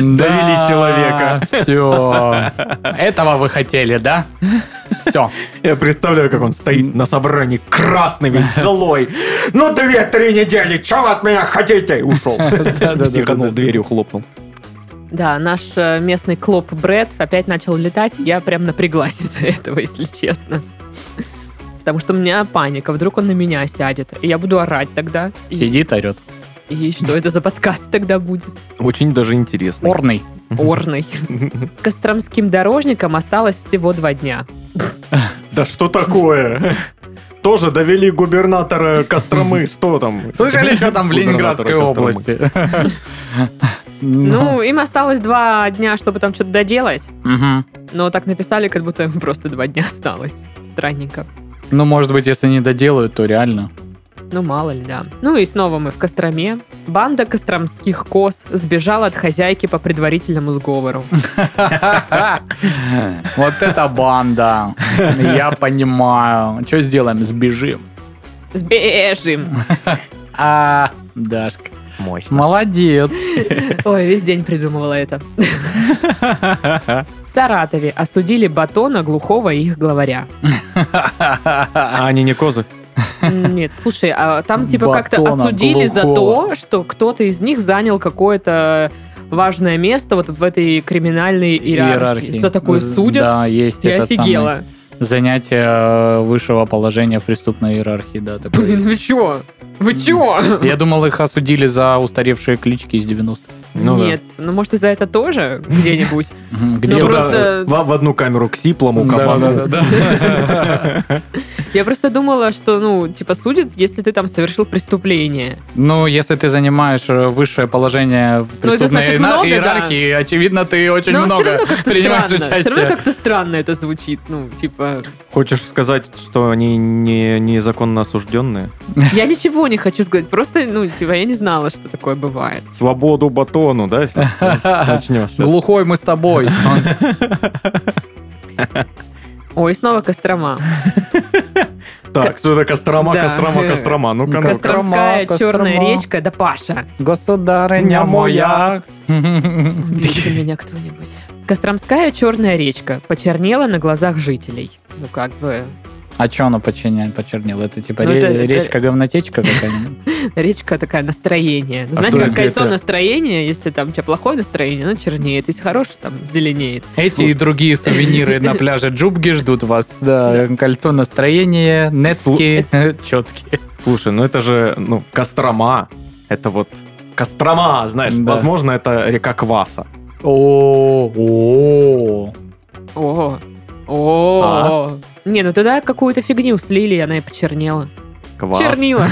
Speaker 3: Довели
Speaker 2: человека.
Speaker 3: Все. Этого вы хотели, да? Все.
Speaker 2: Я представляю, как он стоит на собрании красный весь злой. Ну, две-три недели, чего вы от меня хотите? И Ушел.
Speaker 3: да, да,
Speaker 2: Стиханул
Speaker 3: да.
Speaker 2: дверью, хлопнул.
Speaker 1: Да, наш э, местный клоп Брэд опять начал летать. Я прям напряглась из-за этого, если честно. Потому что у меня паника. Вдруг он на меня сядет. И я буду орать тогда. И,
Speaker 3: Сидит, орет.
Speaker 1: и что это за подкаст тогда будет?
Speaker 2: Очень даже интересно.
Speaker 3: Орный.
Speaker 1: Орный. Костромским дорожникам осталось всего два дня.
Speaker 2: Да что такое? Тоже довели губернатора Костромы. Что там?
Speaker 3: Слышали, что там в Ленинградской
Speaker 2: Губернатора Костромы.
Speaker 3: области?
Speaker 1: Ну, им осталось два дня, чтобы там что-то доделать.
Speaker 3: Мгм.
Speaker 1: Но так написали, как будто им просто два дня осталось. Странненько.
Speaker 3: Ну, может быть, если не доделают, то реально.
Speaker 1: Ну, мало ли, да. Ну и снова мы в Костроме. Банда костромских коз сбежала от хозяйки по предварительному сговору.
Speaker 3: Вот это банда. Я понимаю. Что сделаем? Сбежим.
Speaker 1: Сбежим!
Speaker 3: А, Дашка.
Speaker 2: Мощно.
Speaker 3: Молодец.
Speaker 1: Ой, весь день придумывала это. В Саратове осудили Батона, Глухого и их главаря.
Speaker 2: А они не козы?
Speaker 1: М, Нет, слушай, а там типа как-то
Speaker 3: Батона,
Speaker 1: осудили за
Speaker 3: Глухого.
Speaker 1: то, что кто-то из них занял какое-то важное место вот в этой криминальной иерархии. За такое
Speaker 3: З-
Speaker 1: судят?
Speaker 3: Да, есть
Speaker 1: Я
Speaker 3: это самое.
Speaker 1: офигела.
Speaker 3: Занятие э, высшего положения в преступной иерархии, да. такое
Speaker 1: Блин,
Speaker 3: есть.
Speaker 1: вы чё? Вы чё?
Speaker 3: Я думал, их осудили за устаревшие клички из 90-х.
Speaker 2: Ну да.
Speaker 1: Нет, ну может и за это тоже где-нибудь.
Speaker 3: Мгм,
Speaker 1: Ну,
Speaker 3: Где
Speaker 2: Туда-
Speaker 1: просто-
Speaker 2: В в одну камеру к сиплому
Speaker 3: Да,
Speaker 2: команду.
Speaker 3: да, да, да.
Speaker 1: Я просто думала, что, ну, типа, судят, если ты там совершил преступление.
Speaker 3: Ну, если ты занимаешь э, высшее положение в
Speaker 1: Ну, это
Speaker 3: преступной
Speaker 1: значит
Speaker 3: ина-
Speaker 1: много, да.
Speaker 3: иерархии, очевидно, ты очень
Speaker 1: Но все
Speaker 3: много
Speaker 1: равно как-то
Speaker 3: принимаешь
Speaker 1: странно. Все
Speaker 3: участие.
Speaker 1: равно как-то странно это звучит. Ну, типа,
Speaker 2: Хочешь сказать, что они не незаконно осужденные?
Speaker 1: я ничего не хочу сказать. Просто, ну, типа, я не знала, что такое бывает.
Speaker 2: Свободу батону, да? Начнешь.
Speaker 3: Глухой мы с тобой. Он-
Speaker 1: Ой, снова Кострома.
Speaker 2: Так, что это Кострома,
Speaker 1: Да.
Speaker 2: Кострома, Кострома. Ну-ка, ну-ка.
Speaker 3: Кострома,
Speaker 1: Костромская черная
Speaker 3: Кострома.
Speaker 1: речка, да Паша.
Speaker 3: Государыня моя.
Speaker 1: Убейте меня кто-нибудь. Костромская черная речка почернела на глазах жителей. Ну, как бы,
Speaker 3: А что она починя- почернила? Это типа
Speaker 1: Ну,
Speaker 3: ре-
Speaker 1: это-
Speaker 3: речка-говнотечка какая-нибудь?
Speaker 1: речка такая настроение. Ну,
Speaker 2: А
Speaker 1: знаете,
Speaker 2: что,
Speaker 1: как
Speaker 2: если
Speaker 1: кольцо
Speaker 2: это-
Speaker 1: настроения, если там у тебя плохое настроение, оно чернеет. Если хорошее, там зеленеет.
Speaker 3: Эти и другие сувениры на пляже Джубги ждут вас. Да, кольцо настроения, нетские, четкие.
Speaker 2: Слушай, ну это же, ну, Кострома. Это вот Кострома, знаешь,
Speaker 3: Да.
Speaker 2: возможно, это река Кваса.
Speaker 3: О, о.
Speaker 1: О, о,
Speaker 2: А?
Speaker 1: не, ну тогда какую-то фигню слили, и она и почернела.
Speaker 2: Квас.
Speaker 1: Чернила.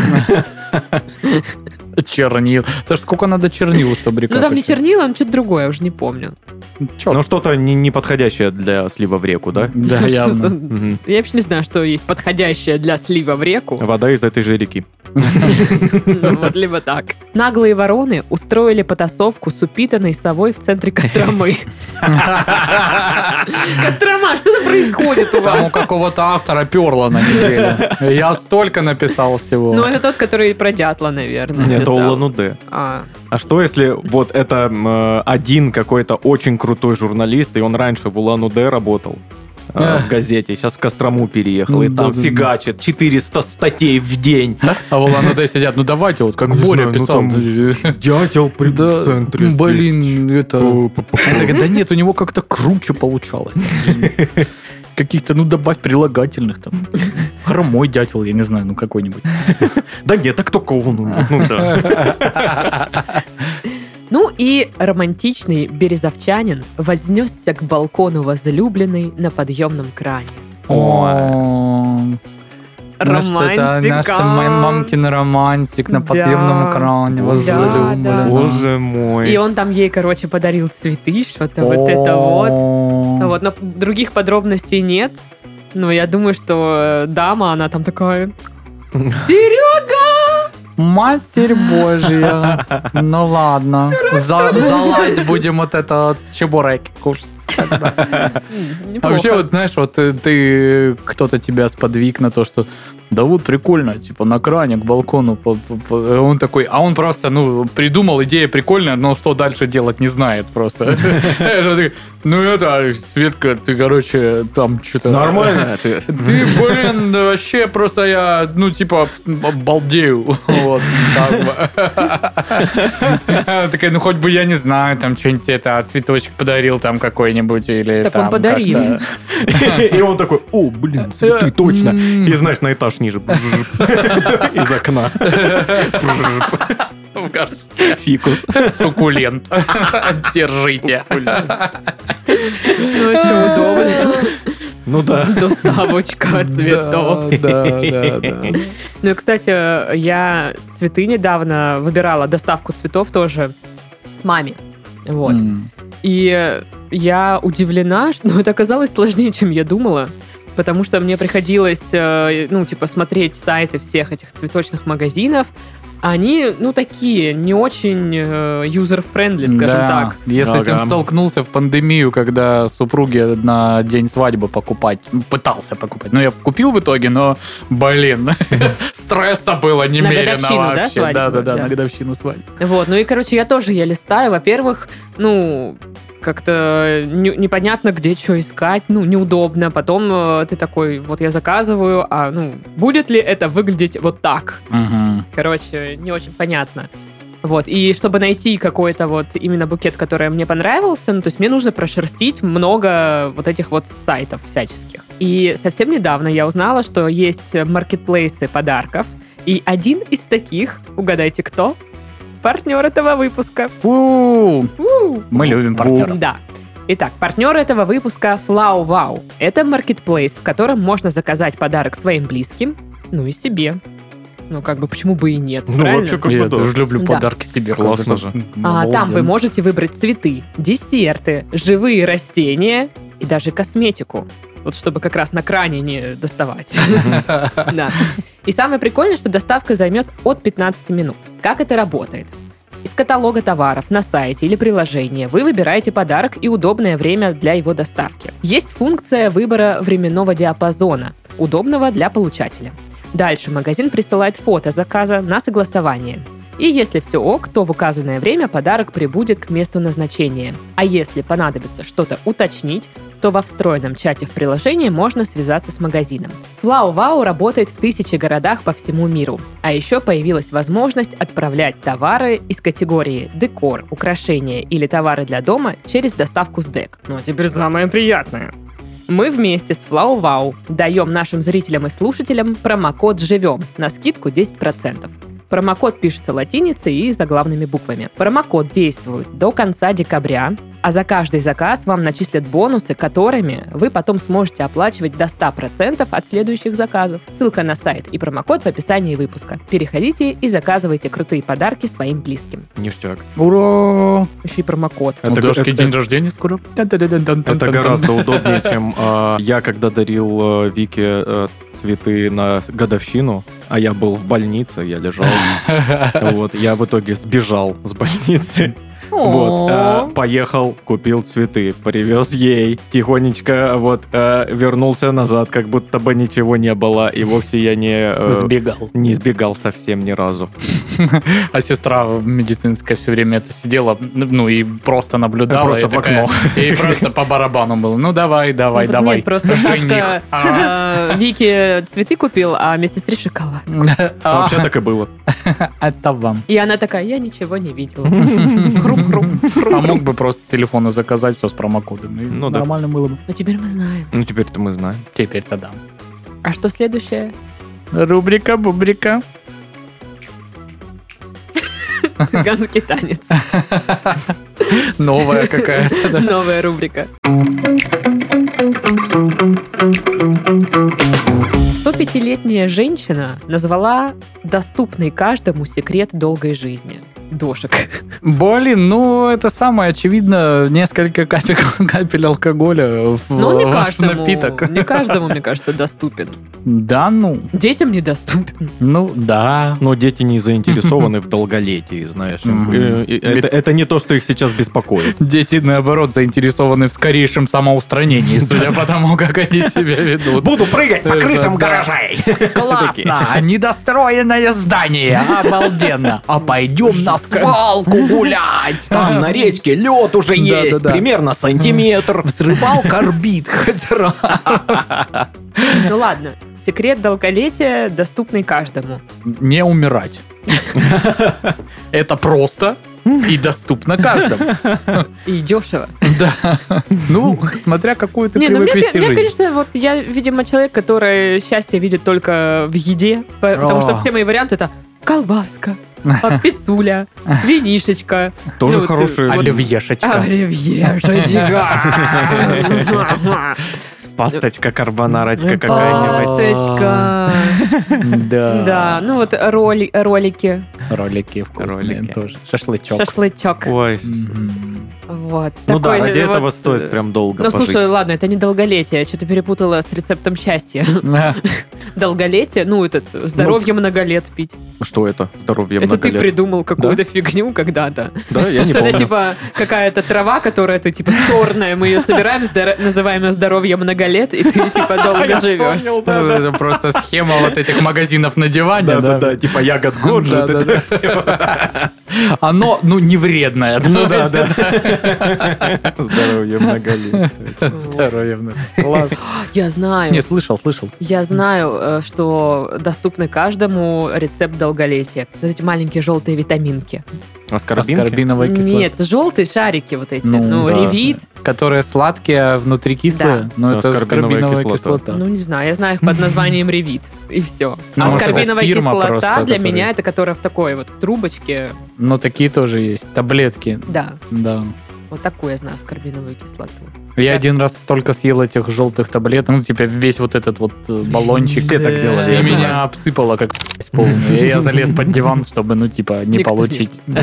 Speaker 3: Чернил. Это ж сколько надо чернил, чтобы река
Speaker 1: Ну там не
Speaker 3: почернела?
Speaker 1: чернила, но что-то другое, я уже не помню.
Speaker 3: Чёрт.
Speaker 2: Ну что-то не- неподходящее для слива в реку, да?
Speaker 3: Да, явно.
Speaker 2: Мгм.
Speaker 1: Я вообще не знаю, что есть подходящее для слива в реку.
Speaker 2: Вода из этой же реки.
Speaker 1: Ну, Вот либо так. Наглые вороны устроили потасовку с упитанной совой в центре Костромы. Кострома, что там происходит у
Speaker 3: Там у
Speaker 1: вас?
Speaker 3: какого-то автора перло на неделю. Я столько написал всего.
Speaker 1: Ну, это тот, который про дятла, наверное.
Speaker 2: Нет, это
Speaker 1: написал.
Speaker 2: Улан-Удэ.
Speaker 1: А,
Speaker 2: А что если вот это м, э, один какой-то очень крутой журналист, и он раньше в Улан-Удэ работал? э, В газете, сейчас в Кострому переехал, и
Speaker 3: Ну,
Speaker 2: там
Speaker 3: да, да,
Speaker 2: фигачит 400 статей в день.
Speaker 3: А в Улан-Удэ сидят, ну давайте, вот как
Speaker 2: Не
Speaker 3: Боря
Speaker 2: знаю, ну
Speaker 3: писал.
Speaker 2: там Дятел
Speaker 3: Да, ну, блин, это...
Speaker 2: Э,
Speaker 3: Я такой, Да нет, у него как-то круче получалось. Каких-то, ну добавь прилагательных там. Хромой дятел, я не знаю, ну какой-нибудь.
Speaker 2: Да нет, так только он умеет. Ну да.
Speaker 1: Ну и романтичный березовчанин вознесся к балкону возлюбленной на подъемном кране.
Speaker 3: О, ну что это,
Speaker 1: Романтика.
Speaker 3: наш там мой мамкин романтик на
Speaker 1: Да.
Speaker 3: подъемном кране
Speaker 2: Да,
Speaker 3: возлюблен.
Speaker 1: да.
Speaker 2: Боже мой.
Speaker 1: И он там ей, короче, подарил цветы, что-то вот это вот. Вот, но других подробностей нет. Но я думаю, что э, дама, она там такая... Серега!
Speaker 3: Матерь Божья. Ну ладно. За, залазь будем вот это вот чебуреки кушать.
Speaker 1: М,
Speaker 3: А
Speaker 1: неплохо.
Speaker 3: вообще, вот знаешь, вот ты, ты- кто-то тебя сподвиг на то, что да вот прикольно, типа на кране к балкону. по- по- по». Он такой, а он просто, ну, придумал, идея прикольная, но что дальше делать не знает просто. Знаешь, вот ты, Ну это, Светка, ты, короче, там что-то...
Speaker 2: Нормально. ты.
Speaker 3: Ты, блин, да вообще просто я, ну, типа, балдею. Вот, так бы. Такая, ну, хоть бы, я не знаю, там, что-нибудь это, а цветочек подарил там какой-нибудь или
Speaker 1: Так он
Speaker 3: там
Speaker 1: подарил.
Speaker 3: как-то.
Speaker 2: И он такой, о, блин, цветы, точно.
Speaker 3: Э, М.
Speaker 2: И знаешь, на этаж ниже. Из окна.
Speaker 3: В горшке.
Speaker 2: Фикус.
Speaker 3: Суккулент. Держите.
Speaker 1: Ну, очень удобно.
Speaker 2: Ну да.
Speaker 1: Доставочка цветов.
Speaker 3: Да, да, да.
Speaker 1: Ну и, кстати, я цветы недавно выбирала, доставку цветов тоже маме. Вот.
Speaker 3: М.
Speaker 1: И я удивлена, что ну, это оказалось сложнее, чем я думала. Потому что мне приходилось, э, ну, типа, смотреть сайты всех этих цветочных магазинов. Они, ну, такие, не очень э, user-friendly, скажем
Speaker 3: Да.
Speaker 1: так.
Speaker 3: Я с этим
Speaker 2: Ага.
Speaker 3: столкнулся в пандемию, когда супруге на день свадьбы покупать, м, пытался покупать. Ну, я купил в итоге, но, блин, стресса было немерено
Speaker 1: годовщину, да,
Speaker 3: вообще.
Speaker 1: свадьбы?
Speaker 3: да, да, да,
Speaker 1: Да.
Speaker 3: на годовщину свадьбы.
Speaker 1: Вот, ну и, короче, я тоже я листаю. Во-первых, ну, как-то не- непонятно, где что искать, ну, неудобно. Потом э, ты такой, вот я заказываю, а, ну, будет ли это выглядеть вот так? Короче, не очень понятно. Вот, и чтобы найти какой-то вот именно букет, который мне понравился, ну, то есть мне нужно прошерстить много вот этих вот сайтов всяческих. И совсем недавно я узнала, что есть маркетплейсы подарков, и один из таких, угадайте кто, партнер этого выпуска.
Speaker 3: Фу,
Speaker 1: У!
Speaker 3: Мы любим партнеров.
Speaker 1: Да. Итак, партнер этого выпуска Flow Wow. Это маркетплейс, в котором можно заказать подарок своим близким, ну и себе. Ну, как бы, почему бы и нет,
Speaker 2: Ну,
Speaker 1: правильно?
Speaker 2: вообще, как
Speaker 3: Я
Speaker 2: бы, да.
Speaker 3: тоже люблю
Speaker 1: Да.
Speaker 3: подарки себе.
Speaker 2: Классно
Speaker 3: Классно же.
Speaker 1: А, там вы можете выбрать цветы, десерты, живые растения и даже косметику. Вот чтобы как раз на кране не доставать. Да. И самое прикольное, что доставка займет от 15 минут. Как это работает? Из каталога товаров на сайте или приложении вы выбираете подарок и удобное время для его доставки. Есть функция выбора временного диапазона, удобного для получателя. Дальше магазин присылает фото заказа на согласование. И если все ок, то в указанное время подарок прибудет к месту назначения. А если понадобится что-то уточнить, то во встроенном чате в приложении можно связаться с магазином. Флау Вау работает в тысячи городах по всему миру. А еще появилась возможность отправлять товары из категории декор, украшения или товары для дома через доставку с ДЭК. Ну а теперь самое приятное. Мы вместе с Флау Вау даем нашим зрителям и слушателям промокод «Живем» на скидку 10%. Промокод пишется латиницей и заглавными буквами. Промокод действует до конца декабря, а за каждый заказ вам начислят бонусы, которыми вы потом сможете оплачивать до 100% от следующих заказов. Ссылка на сайт и промокод в описании выпуска. Переходите и заказывайте крутые подарки своим близким.
Speaker 2: Ништяк.
Speaker 3: Ура!
Speaker 1: Еще и промокод.
Speaker 3: У
Speaker 2: Это-
Speaker 3: Дашки
Speaker 2: это-
Speaker 3: день рождения скоро.
Speaker 2: Это
Speaker 3: Это
Speaker 2: гораздо удобнее, чем э, я когда дарил э, Вике э, цветы на годовщину, а я был в больнице, я лежал. Вот, я в итоге сбежал с больницы. Вот, э, поехал, купил цветы, привез ей, тихонечко вот э, вернулся назад, как будто бы ничего не было, и вовсе я не э,
Speaker 3: Сбегал.
Speaker 2: не сбегал совсем ни разу.
Speaker 3: А сестра медицинская все время это сидела, ну и просто наблюдала.
Speaker 2: Просто
Speaker 3: и
Speaker 2: в
Speaker 3: такая-
Speaker 2: окно.
Speaker 3: И просто по барабану было. Ну давай, давай,
Speaker 1: Ну,
Speaker 3: давай.
Speaker 1: Нет, просто Сашка
Speaker 3: Жених. А.
Speaker 1: э, Вике цветы купил, а медсестре шоколад.
Speaker 2: А
Speaker 3: А,
Speaker 2: Вообще так и было.
Speaker 3: Это вам.
Speaker 1: И она такая, я ничего не видела. Хрум-хрум.
Speaker 3: А мог бы просто с телефона заказать все с промокодом. и
Speaker 2: Ну да.
Speaker 3: Нормально было бы.
Speaker 1: Но теперь мы знаем.
Speaker 2: Ну, теперь-то мы знаем.
Speaker 3: Теперь-то да.
Speaker 1: А что следующее?
Speaker 3: Рубрика, бубрика.
Speaker 1: Цыганский танец.
Speaker 3: Новая какая-то. да.
Speaker 1: Новая рубрика. 105-летняя женщина назвала доступный каждому секрет долгой жизни. Дошек.
Speaker 3: Блин, ну это самое очевидно, несколько капель, капель алкоголя в
Speaker 1: Но не
Speaker 3: ваш
Speaker 1: каждому.
Speaker 3: напиток.
Speaker 1: Не каждому, мне кажется, доступен.
Speaker 3: Да ну,
Speaker 1: Детям не доступен.
Speaker 3: ну да.
Speaker 2: Но дети не заинтересованы в долголетии, знаешь.
Speaker 3: Мгм.
Speaker 2: Э, э, Это это не то, что их сейчас беспокоит.
Speaker 3: Дети, наоборот, заинтересованы в скорейшем самоустранении, судя по тому, как они себя ведут.
Speaker 2: Буду прыгать
Speaker 3: по крышам
Speaker 2: гаражей.
Speaker 3: Классно! Недостроенное здание! Обалденно! А пойдем на свалку гулять!
Speaker 2: речке лед уже
Speaker 3: есть,
Speaker 2: примерно сантиметр.
Speaker 3: Взрывал корбит хоть раз.
Speaker 1: Ну ладно, секрет долголетия доступный каждому.
Speaker 3: Не умирать. Это просто и доступно каждому.
Speaker 1: И дешево.
Speaker 3: Да. Ну, смотря какую ты
Speaker 1: не, ну
Speaker 3: привык
Speaker 1: мне,
Speaker 3: вести
Speaker 1: мне,
Speaker 3: жизнь.
Speaker 1: конечно, вот я, видимо, человек, который счастье видит только в еде, по- потому
Speaker 3: О.
Speaker 1: что все мои варианты это колбаска, а, пиццуля, винишечка, а, Ну,
Speaker 2: Тоже
Speaker 1: ты-
Speaker 2: хороший.
Speaker 3: Оливьешечка.
Speaker 1: оливье, жадига.
Speaker 2: Пасточка карбонарочка
Speaker 3: Ну, какая-нибудь.
Speaker 1: Пасточка. Да, ну вот роли- ролики,
Speaker 3: Ролики вкусные
Speaker 2: Ролики.
Speaker 3: тоже. Шашлычок.
Speaker 1: шашлычок.
Speaker 2: Ой.
Speaker 3: Мгм.
Speaker 1: Вот.
Speaker 2: Ну да,
Speaker 1: Такой э,
Speaker 2: ради
Speaker 1: вот,
Speaker 2: этого стоит прям долго
Speaker 1: Ну слушай,
Speaker 2: пожить.
Speaker 1: ладно, это не долголетие, я что-то перепутала с рецептом счастья. Долголетие, ну этот, здоровье много лет пить.
Speaker 2: Что это? Здоровье
Speaker 1: Это ты
Speaker 2: многолет.
Speaker 1: придумал какую-то фигню когда-то.
Speaker 3: Ну,
Speaker 2: Да, я не
Speaker 1: Что это
Speaker 2: помню.
Speaker 1: типа какая-то трава, которая ты типа сорная, мы ее собираем, здоро- называем ее здоровье многолет, и ты типа долго живешь.
Speaker 3: Ну, Это просто схема вот этих магазинов на диване.
Speaker 2: Да-да-да, типа ягод годжет.
Speaker 3: Да-да-да.
Speaker 2: это всё.
Speaker 3: Оно, ну, не вредное.
Speaker 2: Ну да, да. Здоровье многолет.
Speaker 3: Здоровье. ну, класс.
Speaker 1: Я знаю,
Speaker 3: Не, слышал, слышал.
Speaker 1: я знаю, э, что доступны каждому рецепт долголетия. Вот эти маленькие желтие витаминки.
Speaker 2: Аскорбинки?
Speaker 3: Аскорбиновая кислота.
Speaker 1: Нет, желтые шарики вот эти.
Speaker 3: Ну,
Speaker 1: Ну,
Speaker 2: да.
Speaker 1: ревит.
Speaker 3: Которые сладкие, а внутри кислые.
Speaker 1: Да.
Speaker 3: Но это
Speaker 2: Аскорбиновая
Speaker 3: аскорбиновая
Speaker 2: кислота.
Speaker 3: кислота.
Speaker 1: Ну, не знаю, я знаю их под названием ревит. И все.
Speaker 3: Ну,
Speaker 1: а
Speaker 3: может,
Speaker 1: скорбиновая
Speaker 3: это фирма
Speaker 1: кислота
Speaker 3: просто,
Speaker 1: для
Speaker 3: которая-
Speaker 1: меня это которая в такой вот в трубочке.
Speaker 3: Но такие тоже есть. Таблетки.
Speaker 1: Да.
Speaker 3: Да.
Speaker 1: Вот такую я знаю аскорбиновую кислоту.
Speaker 2: Э,
Speaker 3: Я один раз столько съел этих желтых таблеток, ну, типа, весь вот этот вот э, баллончик.
Speaker 2: Все так делали.
Speaker 3: И
Speaker 2: я знаю.
Speaker 3: меня обсыпало как п***ь полную. И Я залез под диван, чтобы, ну, типа, не
Speaker 1: Никто не-
Speaker 3: получить. Да.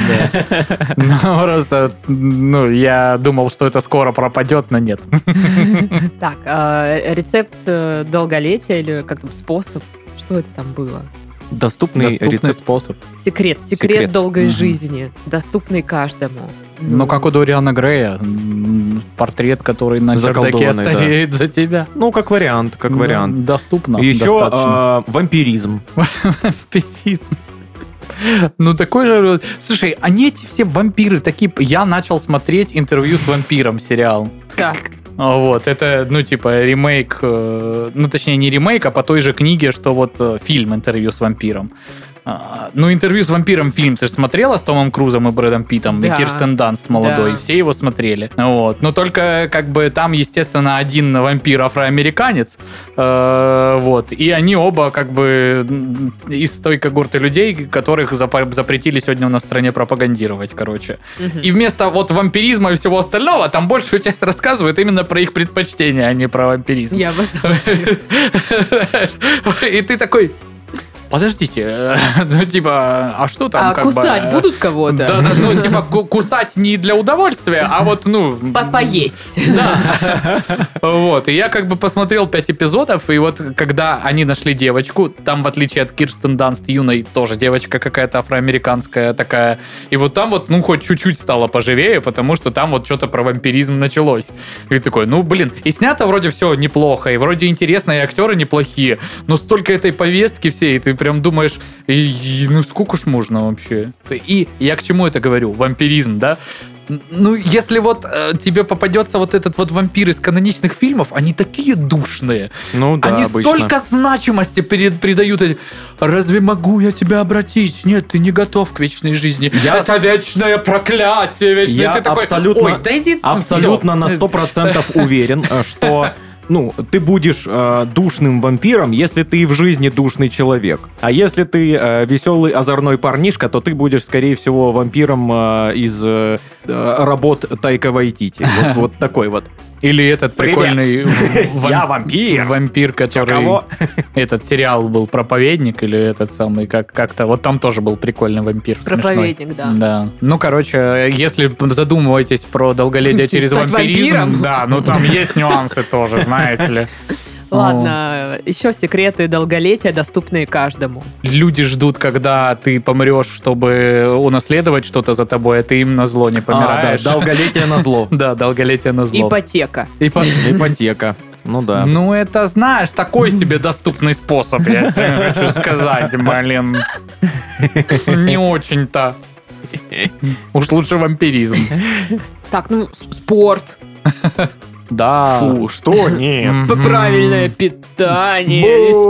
Speaker 3: Ну, просто, ну, я думал, что это скоро пропадет, но нет.
Speaker 2: Ну,
Speaker 1: Так, э, рецепт э, долголетия или как там способ? Что это там было?
Speaker 2: Доступный,
Speaker 3: Доступный
Speaker 2: рецепт.
Speaker 3: способ.
Speaker 1: Секрет, секрет,
Speaker 2: Секрет.
Speaker 1: долгой
Speaker 3: Мгм.
Speaker 1: жизни, доступный каждому.
Speaker 3: Ну, как у Дориана Грея. м, Портрет, который на чердаке
Speaker 2: Заколдованный, да.
Speaker 3: стареет за тебя.
Speaker 2: Ну, как вариант, как
Speaker 3: Ну,
Speaker 2: вариант.
Speaker 3: Доступно.
Speaker 2: Еще
Speaker 3: достаточно.
Speaker 2: а, вампиризм.
Speaker 3: Вампиризм. Ну, такой же... Слушай, они эти все вампиры такие... Я начал смотреть интервью с вампиром сериал.
Speaker 1: Так,
Speaker 3: А, Вот, это, ну, типа, ремейк... э, Ну, точнее, не ремейк, а по той же книге, что вот э, фильм «Интервью с вампиром». А, Ну, интервью с вампиром фильм ты же смотрела с Томом Крузом и Брэдом Питом,
Speaker 1: Да.
Speaker 3: и Кирстен Данст молодой,
Speaker 1: Да.
Speaker 3: все его смотрели. Вот. Но только, как бы, там, естественно, один вампир афроамериканец, Э, вот. И они оба как бы м, из той когорты людей, которых запа- запретили сегодня у нас в стране пропагандировать, короче.
Speaker 1: мгм.
Speaker 3: И вместо вот вампиризма и всего остального, там большую часть рассказывают именно про их предпочтения, а не про вампиризм.
Speaker 1: я вас...
Speaker 3: И ты такой, подождите, э, ну типа, а что там?
Speaker 1: А
Speaker 3: как
Speaker 1: кусать
Speaker 3: бы, э,
Speaker 1: будут кого-то?
Speaker 3: Да, да, ну типа ку- кусать не для удовольствия, а вот ну...
Speaker 1: По- Поесть.
Speaker 3: Да. Вот, и я как бы посмотрел пять эпизодов, и вот когда они нашли девочку, там, в отличие от Кирстен Данст юной, тоже девочка какая-то афроамериканская такая, и вот там вот, ну, хоть чуть-чуть стало поживее, потому что там вот что-то про вампиризм началось. И такой, ну, блин, и снято вроде все неплохо, и вроде интересно, и актеры неплохие, но столько этой повестки всей, ты прям думаешь, и- и, ну, сколько ж можно вообще? И я к чему это говорю? Вампиризм, да? Ну, если вот э, тебе попадется вот этот вот вампир из каноничных фильмов, они такие душные.
Speaker 2: Ну да,
Speaker 3: они
Speaker 2: обычно.
Speaker 3: столько значимости перед, придают. этим. Разве могу я тебя обратить? Нет, ты не готов к вечной жизни.
Speaker 2: Я-
Speaker 3: Это вечное проклятие. Вечное.
Speaker 2: Я
Speaker 3: ты такой,
Speaker 2: абсолютно-
Speaker 3: Ой, да иди ты,
Speaker 2: Абсолютно на
Speaker 3: всё».
Speaker 2: 100% уверен, э, что ну, ты будешь э, душным вампиром, если ты и в жизни душный человек. А если ты веселый озорной парнишка, то ты будешь, скорее всего, вампиром э, из э, э, работ Тайка Вайтити. Вот, вот такой вот.
Speaker 3: Или этот
Speaker 2: Привет.
Speaker 3: прикольный... вам-
Speaker 2: Я вампир.
Speaker 3: Вампир, который...
Speaker 2: Кого?
Speaker 3: Этот сериал был «Проповедник» или этот самый, как- как-то... вот там тоже был прикольный вампир. смешной.
Speaker 1: Проповедник, да.
Speaker 3: Ну, короче, если задумываетесь про долголетие через
Speaker 1: Стать
Speaker 3: вампиризм,
Speaker 1: вампиром?
Speaker 3: да, ну там есть нюансы тоже, знаете ли.
Speaker 1: Ладно, еще секреты долголетия, доступные каждому.
Speaker 3: Люди ждут, когда ты помрешь, чтобы унаследовать что-то за тобой, а ты им на зло не
Speaker 2: А, да,
Speaker 3: помираешь.
Speaker 2: долголетие на зло.
Speaker 3: Да, долголетие на зло.
Speaker 1: Ипотека.
Speaker 3: Ипо-
Speaker 2: Ипотека. Ну да.
Speaker 3: Ну, это, знаешь, такой себе доступный способ, я тебе хочу сказать, блин. Не очень-то. Уж лучше вампиризм.
Speaker 1: Так, ну, с- спорт,
Speaker 3: Да.
Speaker 2: Фу, что? Нет.
Speaker 3: Мгм.
Speaker 1: правильное питание и
Speaker 2: Бу,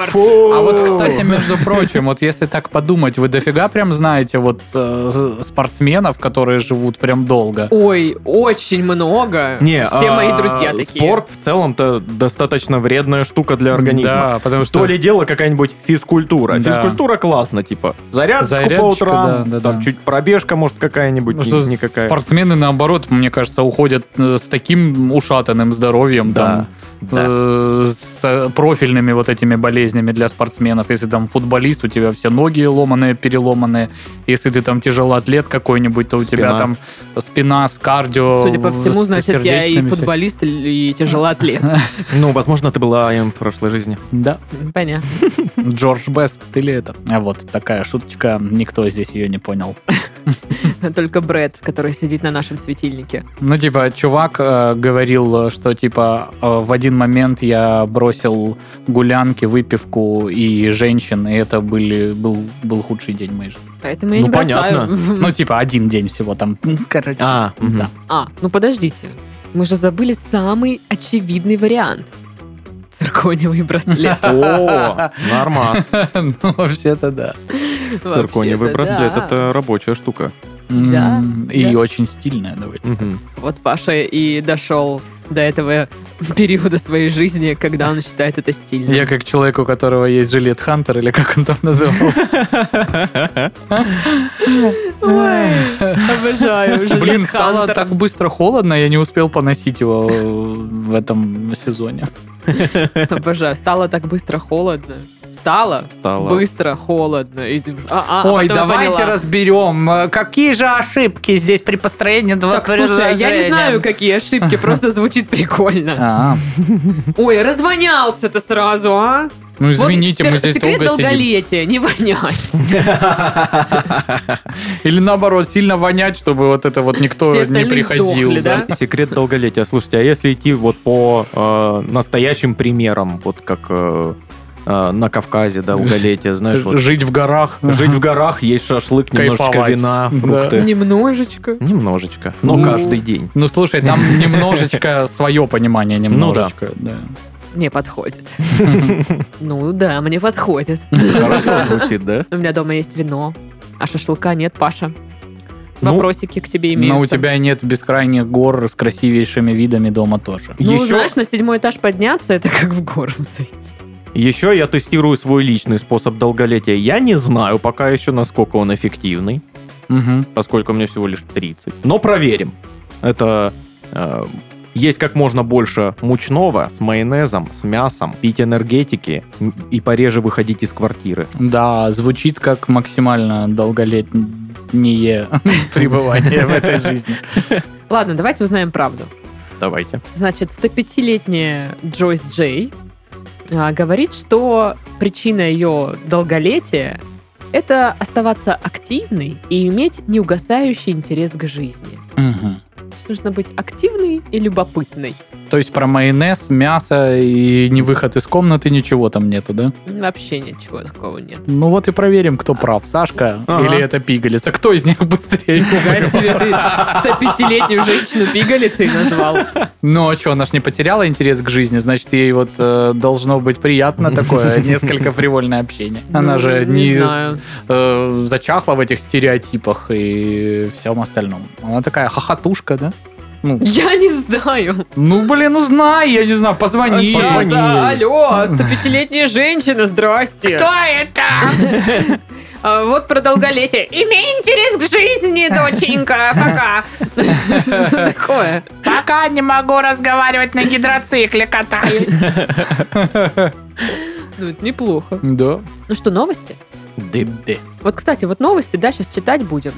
Speaker 1: спорт.
Speaker 2: фу.
Speaker 3: А вот, кстати, между прочим, вот если так подумать, вы дофига прям знаете вот э, спортсменов, которые живут прям долго.
Speaker 1: Ой, очень много.
Speaker 2: Не,
Speaker 1: Все
Speaker 2: а,
Speaker 1: мои друзья такие.
Speaker 2: Спорт в целом-то достаточно вредная штука для организма.
Speaker 3: Да, потому что...
Speaker 2: То ли дело какая-нибудь физкультура.
Speaker 3: Да.
Speaker 2: Физкультура классно, типа зарядочку
Speaker 3: Зарядочка,
Speaker 2: по утрам,
Speaker 3: да, да,
Speaker 2: там
Speaker 3: да.
Speaker 2: чуть пробежка может какая-нибудь,
Speaker 3: потому что
Speaker 2: ни- никакая.
Speaker 3: спортсмены, наоборот, мне кажется, уходят э, с таким ушатанным здоровьем,
Speaker 2: Да,
Speaker 3: там,
Speaker 2: да.
Speaker 3: э, с э, профильными вот этими болезнями для спортсменов. Если там футболист, у тебя все ноги ломаные, переломанные. Если ты там тяжелоатлет какой-нибудь, то у тебя
Speaker 2: Спина.
Speaker 3: там спина с кардио,
Speaker 1: Судя по всему,
Speaker 3: Э, с
Speaker 1: значит, я и
Speaker 3: сердечными всякими.
Speaker 1: футболист, и тяжелоатлет.
Speaker 2: Ну, возможно, ты была им в прошлой жизни.
Speaker 3: Да.
Speaker 1: Понятно.
Speaker 3: Джордж Бест, ты ли это? А вот такая шуточка, никто здесь ее не понял.
Speaker 1: Только Брэд, который сидит на нашем светильнике.
Speaker 3: Ну, типа, чувак э, говорил, э, что, типа, э, в один момент я бросил гулянки, выпивку и женщин, и это были, был, был худший день моей жизни.
Speaker 1: Поэтому я не
Speaker 2: Ну, понятно.
Speaker 1: бросаю.
Speaker 3: Ну, типа, один день всего там. Ну, Короче,
Speaker 2: А, мгм.
Speaker 3: да.
Speaker 1: А, ну подождите. Мы же забыли самый очевидный вариант. Циркониевый браслет.
Speaker 2: О, нормас.
Speaker 3: Ну, вообще-то да.
Speaker 2: Циркониевый
Speaker 1: Вообще-то,
Speaker 2: браслет
Speaker 1: да.
Speaker 2: это рабочая штука.
Speaker 1: Да,
Speaker 3: М, И
Speaker 1: да.
Speaker 3: очень стильная, давайте.
Speaker 2: Мгм.
Speaker 1: Вот Паша и дошел до этого периода своей жизни, когда он считает это стильным.
Speaker 3: Я как человек, у которого есть жилет Хантер, или как он там называл.
Speaker 1: Ой, обожаю. Жилет
Speaker 3: Блин, стало
Speaker 1: Хантера.
Speaker 3: так быстро холодно, я не успел поносить его э, в этом сезоне.
Speaker 1: Обожаю. Стало так быстро холодно. Стало
Speaker 2: Стало.
Speaker 1: быстро холодно. И ты уж- а, а, а
Speaker 3: Ой,
Speaker 1: потом я
Speaker 3: давайте
Speaker 1: поняла.
Speaker 3: разберем, э, какие же ошибки здесь при построении два
Speaker 1: Так, слушай, а я не
Speaker 3: предложения.
Speaker 1: знаю, какие ошибки, просто звучит прикольно.
Speaker 3: А,
Speaker 1: Ой, развонялся ты сразу, а?
Speaker 3: ну
Speaker 1: Вот
Speaker 3: извините,
Speaker 1: сер-
Speaker 3: мы здесь
Speaker 1: секрет
Speaker 3: долго сидим.
Speaker 1: долголетия, не вонять.
Speaker 3: Или наоборот, сильно вонять, чтобы вот это вот никто
Speaker 1: Все
Speaker 3: не
Speaker 1: остальные
Speaker 3: приходил.
Speaker 1: сдохли, да?
Speaker 2: Э, Секрет долголетия. Слушайте, а если идти вот по э, настоящим примерам, вот как э, э, на Кавказе долголетие, знаешь, вот
Speaker 3: Жить в горах.
Speaker 2: жить в горах, есть шашлык, немножечко
Speaker 3: Кайфовать.
Speaker 2: вина,
Speaker 3: Да.
Speaker 2: фрукты.
Speaker 1: Немножечко.
Speaker 2: Немножечко, но
Speaker 3: Ну.
Speaker 2: каждый день.
Speaker 3: Ну, слушай, там немножечко свое понимание, немножечко. да.
Speaker 1: Мне подходит. Ну да, мне подходит.
Speaker 2: Хорошо звучит, да?
Speaker 1: У меня дома есть вино, а шашлыка нет, Паша.
Speaker 2: Ну,
Speaker 1: Вопросики к тебе имеются.
Speaker 3: Но у тебя нет бескрайних гор с красивейшими видами дома тоже.
Speaker 1: Ну,
Speaker 2: Еще-
Speaker 1: знаешь, на седьмой этаж подняться, это как в гору зайти.
Speaker 2: Еще я тестирую свой личный способ долголетия. Я не знаю пока еще, насколько он эффективный,
Speaker 3: Мгм.
Speaker 2: поскольку мне всего лишь 30. Но проверим. Это э, есть как можно больше мучного с майонезом, с мясом, пить энергетики м, и пореже выходить из квартиры.
Speaker 3: Да, звучит как максимально долголетнее пребывание в этой жизни.
Speaker 1: Ладно, давайте узнаем правду.
Speaker 2: Давайте.
Speaker 1: Значит, 105-летняя Джойс Джей а, говорит, что причина ее долголетия – это оставаться активной и иметь неугасающий интерес к жизни.
Speaker 3: Мгм.
Speaker 1: То есть нужно быть активной и любопытной.
Speaker 3: То есть про майонез, мясо и не выход из комнаты ничего там нету, да?
Speaker 1: Ну, Вообще ничего такого нет.
Speaker 3: Ну вот и проверим, кто прав, Сашка
Speaker 2: Ага.
Speaker 3: или это пигалица. Кто из них быстрее?
Speaker 1: Нифига себе, ты 105-летнюю женщину пигалицей назвал.
Speaker 3: Ну а что, она ж не потеряла интерес к жизни, значит, ей вот э, должно быть приятно такое несколько фривольное общение. Она
Speaker 1: Ну,
Speaker 3: же
Speaker 1: не
Speaker 3: не
Speaker 1: знаю.
Speaker 3: с- э, зачахла в этих стереотипах и всем остальном. Она такая хохотушка, да? Ну,
Speaker 1: Я не знаю.
Speaker 3: ну, блин, ну знай, я не знаю, позвони.
Speaker 1: Щас,
Speaker 3: Позвони.
Speaker 1: а, алло, 105-летняя женщина, здрасте.
Speaker 3: Кто это?
Speaker 1: А, вот про долголетие. Имей интерес к жизни, доченька, пока. Что такое?
Speaker 3: Пока не могу разговаривать на гидроцикле, катаюсь.
Speaker 1: Ну, это неплохо.
Speaker 3: Да.
Speaker 1: Ну что, новости?
Speaker 3: Да.
Speaker 1: Вот, кстати, вот новости, да, сейчас читать будем.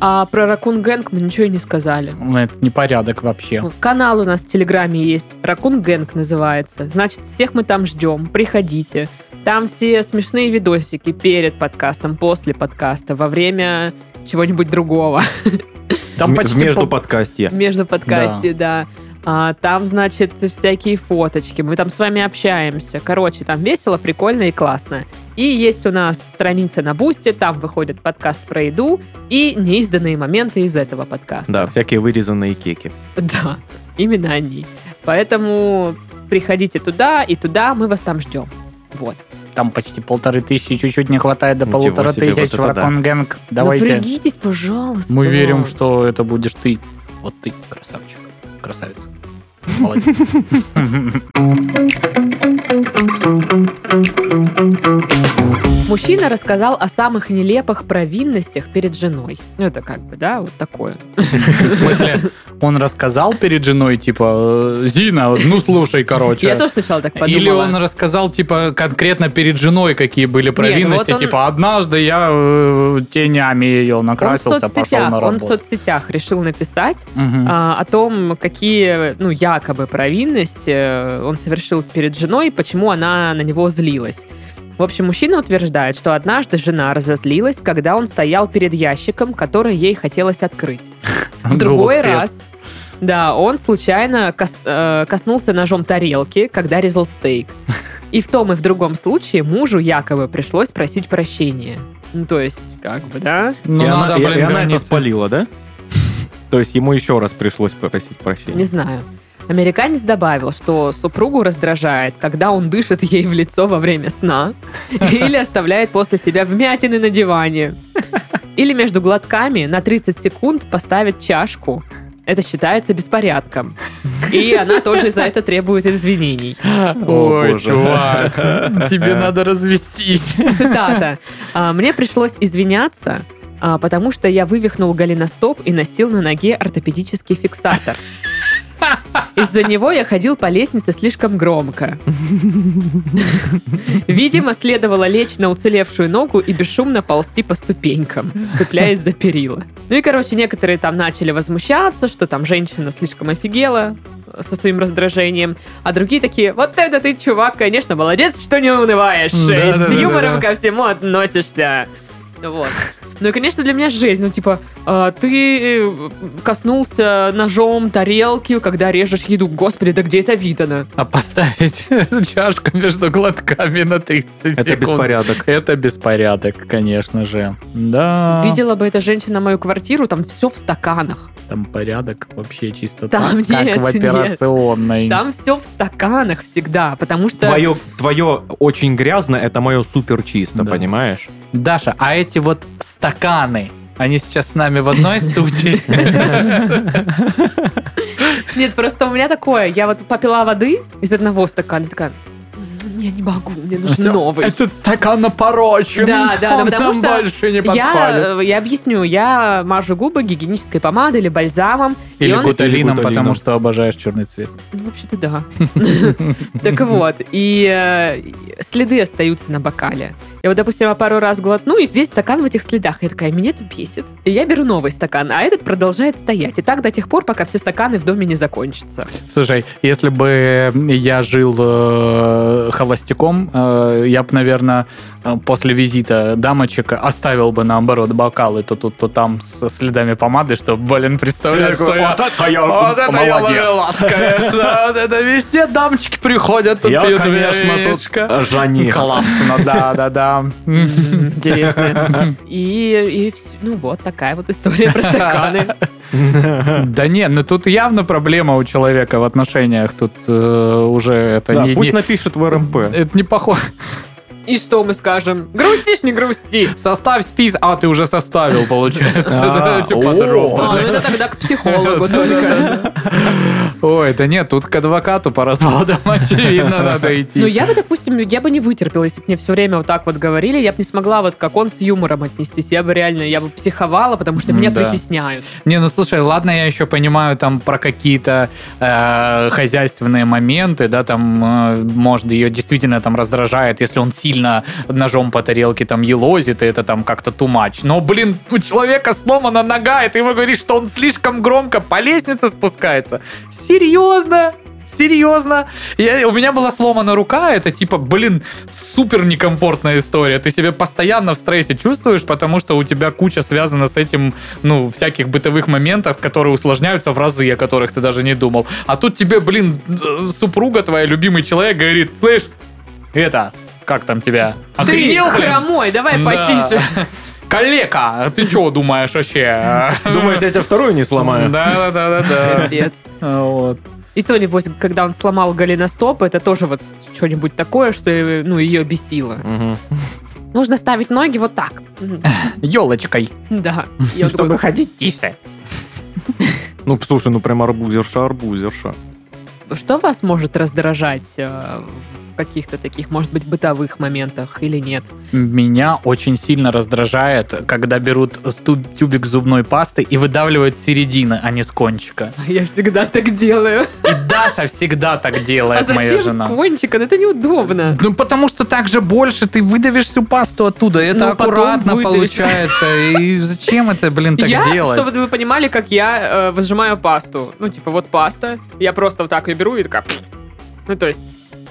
Speaker 1: А про Ракун Гэнг мы ничего и не сказали.
Speaker 3: Ну, Это непорядок вообще.
Speaker 1: Канал у нас в Телеграме есть. Ракун Гэнг называется. Значит, всех мы там ждем. Приходите. Там все смешные видосики перед подкастом, после подкаста, во время чего-нибудь другого.
Speaker 3: Там
Speaker 2: М-
Speaker 3: почти
Speaker 2: между
Speaker 3: по-
Speaker 2: подкастье.
Speaker 1: Между подкасте, да. А, там, значит, всякие фоточки. Мы там с вами общаемся. Короче, там весело, прикольно и классно. И есть у нас страница на Бусте, там выходит подкаст про еду и неизданные моменты из этого подкаста.
Speaker 2: Да, всякие вырезанные кеки.
Speaker 1: Да, именно они. Поэтому приходите туда и туда, мы вас там ждем. Вот.
Speaker 3: там почти полторы тысячи, чуть-чуть не хватает до
Speaker 2: Ничего
Speaker 3: полутора
Speaker 2: себе,
Speaker 3: тысяч
Speaker 2: вот это
Speaker 3: в Раконгэнг. Давайте.
Speaker 1: Напрягитесь, пожалуйста.
Speaker 3: Мы верим, что это будешь ты. Вот ты, красавчик. Красавица. Молодец.
Speaker 1: Мужчина рассказал о самых нелепых провинностях перед женой. Ну, это как бы, да, вот такое.
Speaker 3: В смысле, он рассказал перед женой, типа, «Э, Зина, ну слушай,
Speaker 1: Я
Speaker 3: короче.
Speaker 1: тоже сначала так подумала.
Speaker 3: Или он рассказал, типа, конкретно перед женой, какие были провинности.
Speaker 1: ну вот он-
Speaker 3: Типа, однажды я э, тенями ее
Speaker 1: Он в
Speaker 3: накрасился, пошел
Speaker 1: соцсетях,
Speaker 3: на
Speaker 1: он в
Speaker 3: работу.
Speaker 1: соцсетях решил написать
Speaker 3: Мгм.
Speaker 1: а, о том, какие, ну, якобы провинности э, он совершил перед женой и почему она на него злилась. В общем, мужчина утверждает, что однажды жена разозлилась, когда он стоял перед ящиком, который ей хотелось открыть.
Speaker 3: А,
Speaker 1: В
Speaker 3: ну,
Speaker 1: другой
Speaker 3: Глупец.
Speaker 1: раз, да, он случайно кос- э, коснулся ножом тарелки, когда резал стейк. И в том и в другом случае мужу якобы пришлось просить прощения. Ну, то есть, как бы, да?
Speaker 3: Ну,
Speaker 2: и она,
Speaker 3: надо,
Speaker 2: и-
Speaker 3: блин,
Speaker 2: и она это
Speaker 3: границы.
Speaker 2: спалила, да? То есть ему еще раз пришлось попросить
Speaker 1: Не
Speaker 2: прощения.
Speaker 1: знаю. Американец добавил, что супругу раздражает, когда он дышит ей в лицо во время сна или оставляет после себя вмятины на диване. Или между глотками на 30 секунд поставит чашку. это считается беспорядком. И она тоже за это требует извинений.
Speaker 2: Ой, боже. чувак, тебе надо
Speaker 3: развестись.
Speaker 1: Цитата. «А, Мне пришлось извиняться, а, потому что я вывихнул голеностоп и носил на ноге ортопедический фиксатор. Из-за него я ходил по лестнице слишком громко. Видимо, следовало лечь на уцелевшую ногу и бесшумно ползти по ступенькам, цепляясь за перила. Ну и, короче, некоторые там начали возмущаться, что там женщина слишком офигела э, со своим раздражением, а другие такие, вот это ты, чувак, конечно, молодец, что не унываешь, э, с
Speaker 3: Да-да-да-да-да.
Speaker 1: юмором ко всему относишься. Вот. Ну и, конечно, для меня жесть. Ну, типа, а, ты э, коснулся ножом тарелки, когда режешь еду. Господи, да где это видано?
Speaker 3: А поставить чашку между глотками на 30
Speaker 2: Это
Speaker 3: секунд.
Speaker 2: беспорядок.
Speaker 3: Это беспорядок, конечно же. Да.
Speaker 1: Видела бы эта женщина мою квартиру, там все в стаканах.
Speaker 3: Там порядок вообще чисто
Speaker 1: Там
Speaker 3: так,
Speaker 1: нет,
Speaker 3: как в
Speaker 1: нет.
Speaker 3: операционной.
Speaker 1: Там все в стаканах всегда, потому что...
Speaker 2: Твое, твое очень грязно, это мое супер чисто,
Speaker 3: Да.
Speaker 2: понимаешь?
Speaker 3: Даша, а эти вот стаканы, они сейчас с нами в одной студии?
Speaker 1: Нет, просто у меня такое. Я вот попила воды из одного стакана, такая... «М, Я не могу, мне нужен
Speaker 3: Всё,
Speaker 1: новый.
Speaker 3: Этот стакан напорочен.
Speaker 1: Да, да, да,
Speaker 3: он
Speaker 1: потому
Speaker 3: нам
Speaker 1: что
Speaker 3: больше не подходит.
Speaker 1: Я, э, я объясню, я мажу губы гигиенической помадой или бальзамом, и
Speaker 3: Или
Speaker 1: он
Speaker 3: гуталином,
Speaker 2: Или гуталином.
Speaker 3: потому что обожаешь черный цвет.
Speaker 1: Ну, вообще-то да. Так вот, и э, следы остаются на бокале. Я вот, допустим, я пару раз глотну, и весь стакан в этих следах. Я такая, меня это бесит. И я беру новый стакан, а этот продолжает стоять. И так до тех пор, пока все стаканы в доме не закончатся.
Speaker 3: Слушай, если бы я жил э, холостяком, э, я бы, наверное, после визита дамочек оставил бы, наоборот, бокалы то тут, то там со следами помады, чтобы, блин, представляешь, что я... «А,
Speaker 2: это я
Speaker 3: Вот это я ловелас, конечно. Вот это везде дамочки приходят, тут
Speaker 2: Я,
Speaker 3: пьют
Speaker 2: конечно, тут
Speaker 3: винишко.
Speaker 2: э,
Speaker 3: Ну,
Speaker 2: жених.
Speaker 3: Классно, да, да, да.
Speaker 1: Интересно. И, и вс- ну вот такая вот история про стаканы.
Speaker 3: Да не, ну тут явно проблема у человека в отношениях. Тут э, уже это
Speaker 2: Да,
Speaker 3: не...
Speaker 2: пусть
Speaker 3: не-
Speaker 2: напишет в РМП.
Speaker 3: Это не похоже.
Speaker 1: И что мы скажем? Грустишь, не грусти?
Speaker 3: Составь список. А, ты уже составил, получается.
Speaker 2: А,
Speaker 3: Да, типа,
Speaker 2: о.
Speaker 1: А,
Speaker 3: подробно.
Speaker 1: ну это тогда к психологу только.
Speaker 3: Ой, да нет, тут к адвокату по разводам, очевидно, надо идти.
Speaker 1: Ну, я бы, допустим, я бы не вытерпела, если бы мне все время вот так вот говорили, я бы не смогла вот как он с юмором отнестись. Я бы реально, я бы психовала, потому что меня
Speaker 3: М-да.
Speaker 1: притесняют.
Speaker 3: Не, ну слушай, ладно, я еще понимаю там про какие-то э, хозяйственные моменты, да, там, э, может, ее действительно там раздражает, если он сильно ножом по тарелке там елозит, и это там как-то тумач. Но, блин, у человека сломана нога, и ты ему говоришь, что он слишком громко по лестнице спускается. Серьезно? Серьезно? Я, у меня была сломана рука, это типа, блин, супер некомфортная история. Ты себя постоянно в стрессе чувствуешь, потому что у тебя куча связана с этим, ну, всяких бытовых моментов, которые усложняются в разы, о которых ты даже не думал. А тут тебе, блин, э, супруга твоя, любимый человек, говорит, слышь, это, как там тебя?
Speaker 1: Ты
Speaker 3: Охренел, блин?
Speaker 1: хромой, давай
Speaker 3: А Да.
Speaker 1: потише.
Speaker 3: Калека, а ты чего думаешь вообще?
Speaker 2: Думаешь, я тебя вторую не сломаю?
Speaker 3: Да, да, да, да,
Speaker 1: Капец.
Speaker 3: да. Вот.
Speaker 1: И то, небось, когда он сломал голеностоп, это тоже вот что-нибудь такое, что э, ну, ее бесило.
Speaker 2: Мгм.
Speaker 1: Нужно ставить ноги вот так. М,
Speaker 3: Елочкой.
Speaker 1: Да. И
Speaker 3: Ну,
Speaker 1: он такой,
Speaker 2: ходить тише. Ну, слушай, ну прям арбузерша, арбузерша.
Speaker 1: Что вас может раздражать э, в каких-то таких, может быть, бытовых моментах или нет?
Speaker 3: Меня очень сильно раздражает, когда берут ту- тюбик зубной пасты и выдавливают с середины, а не с кончика.
Speaker 1: Я всегда так делаю.
Speaker 3: И Даша всегда так
Speaker 1: А
Speaker 3: делает, моя
Speaker 1: зачем с
Speaker 3: жена.
Speaker 1: кончика? Ну, Это неудобно.
Speaker 3: Ну, потому что так же больше ты выдавишь всю пасту оттуда. Это
Speaker 1: Ну, потом
Speaker 3: аккуратно
Speaker 1: выдавишь.
Speaker 3: получается. И зачем это, блин, Ну, так
Speaker 1: я,
Speaker 3: делать?
Speaker 1: чтобы вы понимали, как я э, возжимаю пасту. Ну, типа, вот паста, я просто вот так ее беру и такая... пф. Ну, то есть,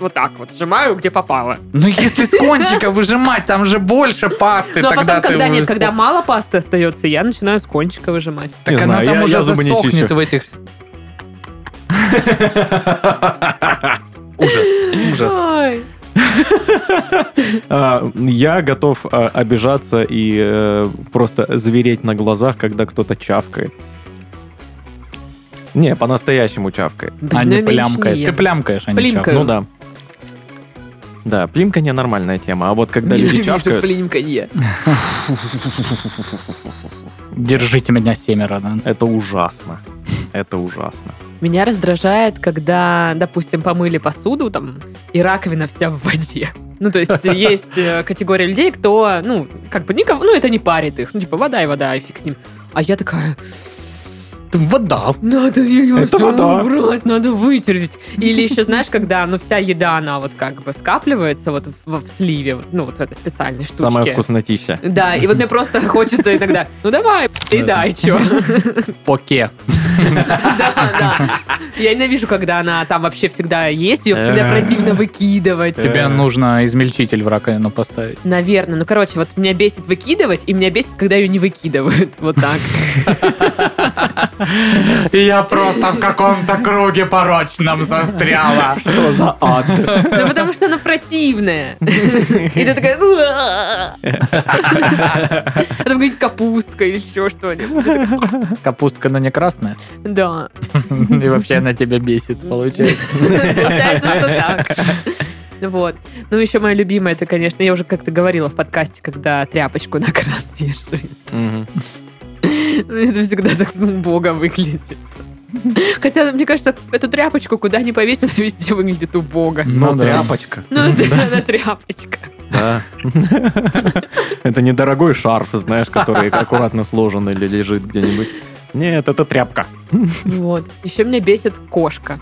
Speaker 1: вот так вот сжимаю, где попало.
Speaker 3: Ну, если с кончика выжимать, там же больше пасты.
Speaker 1: ну, а
Speaker 3: тогда
Speaker 1: потом,
Speaker 3: ты
Speaker 1: когда нет,
Speaker 3: выс-
Speaker 1: когда мало пасты остается, я начинаю с кончика выжимать.
Speaker 3: Так
Speaker 2: Не
Speaker 3: она
Speaker 2: знаю,
Speaker 3: там
Speaker 2: я-
Speaker 3: уже
Speaker 2: я зубы не
Speaker 3: засохнет
Speaker 2: чищу.
Speaker 3: в этих... Ужас, ужас.
Speaker 1: Ой.
Speaker 2: А, Я готов а, обижаться и э, просто звереть на глазах, когда кто-то чавкает. Не, по-настоящему чавкает.
Speaker 1: Блин,
Speaker 3: А
Speaker 1: ну, я
Speaker 3: не
Speaker 1: меньше
Speaker 3: плямкает.
Speaker 1: не
Speaker 3: Ты
Speaker 1: ем.
Speaker 3: плямкаешь, а не
Speaker 1: Плимкаю.
Speaker 3: чавкаешь.
Speaker 2: Ну да. Да, плимка не нормальная тема, а вот когда люди
Speaker 1: Ненавижу
Speaker 2: чавкают,
Speaker 1: плинканье.
Speaker 3: Держите меня семеро. да.
Speaker 2: это ужасно. Это ужасно.
Speaker 1: Меня раздражает, когда, допустим, помыли посуду там, и раковина вся в воде. Ну, то есть есть э, категория людей, кто, ну, как бы никого, ну, это не парит их. Ну, типа, вода и вода, и фиг с ним. А я такая,
Speaker 3: Вода.
Speaker 1: надо ее
Speaker 2: Это
Speaker 1: всё
Speaker 2: вода.
Speaker 1: убрать, надо вытереть. Или еще, знаешь, когда, ну, вся еда, она вот как бы скапливается вот в, в сливе, вот, ну, вот в этой специальной штучке.
Speaker 2: Самая вкуснотища.
Speaker 1: Да, и вот мне просто хочется иногда, ну давай, и да, и чё.
Speaker 3: Поке.
Speaker 1: Да, да. Я ненавижу, когда она там вообще всегда есть, ее всегда
Speaker 2: Э.
Speaker 1: противно выкидывать.
Speaker 2: Э.
Speaker 3: Тебе нужно измельчитель в раковину поставить.
Speaker 1: Наверное. Ну, короче, вот меня бесит выкидывать, и меня бесит, когда ее не выкидывают. Вот так.
Speaker 3: И я просто в каком-то круге порочном застряла.
Speaker 2: Что за ад?
Speaker 1: Ну, потому что она противная. И ты такая... «Уа». А там какая-нибудь капустка или еще что-нибудь. Ты такая,
Speaker 3: Капустка, но не красная.
Speaker 1: Да.
Speaker 3: И вообще она тебя бесит, получается.
Speaker 1: Получается, что так. Вот. Ну, еще моя любимая, это, конечно, я уже как-то говорила в подкасте, когда тряпочку на кран вешают.
Speaker 2: Мгм.
Speaker 1: Ну, Это всегда так с убого выглядит. Хотя, мне кажется, эту тряпочку куда ни повесить, она везде выглядит убого.
Speaker 3: Ну
Speaker 2: Но
Speaker 3: да.
Speaker 2: тряпочка.
Speaker 1: Ну, да, она тряпочка.
Speaker 2: Да. Это недорогой шарф, знаешь, который аккуратно сложен или лежит где-нибудь. Нет, это тряпка.
Speaker 1: Вот. Еще меня бесит кошка.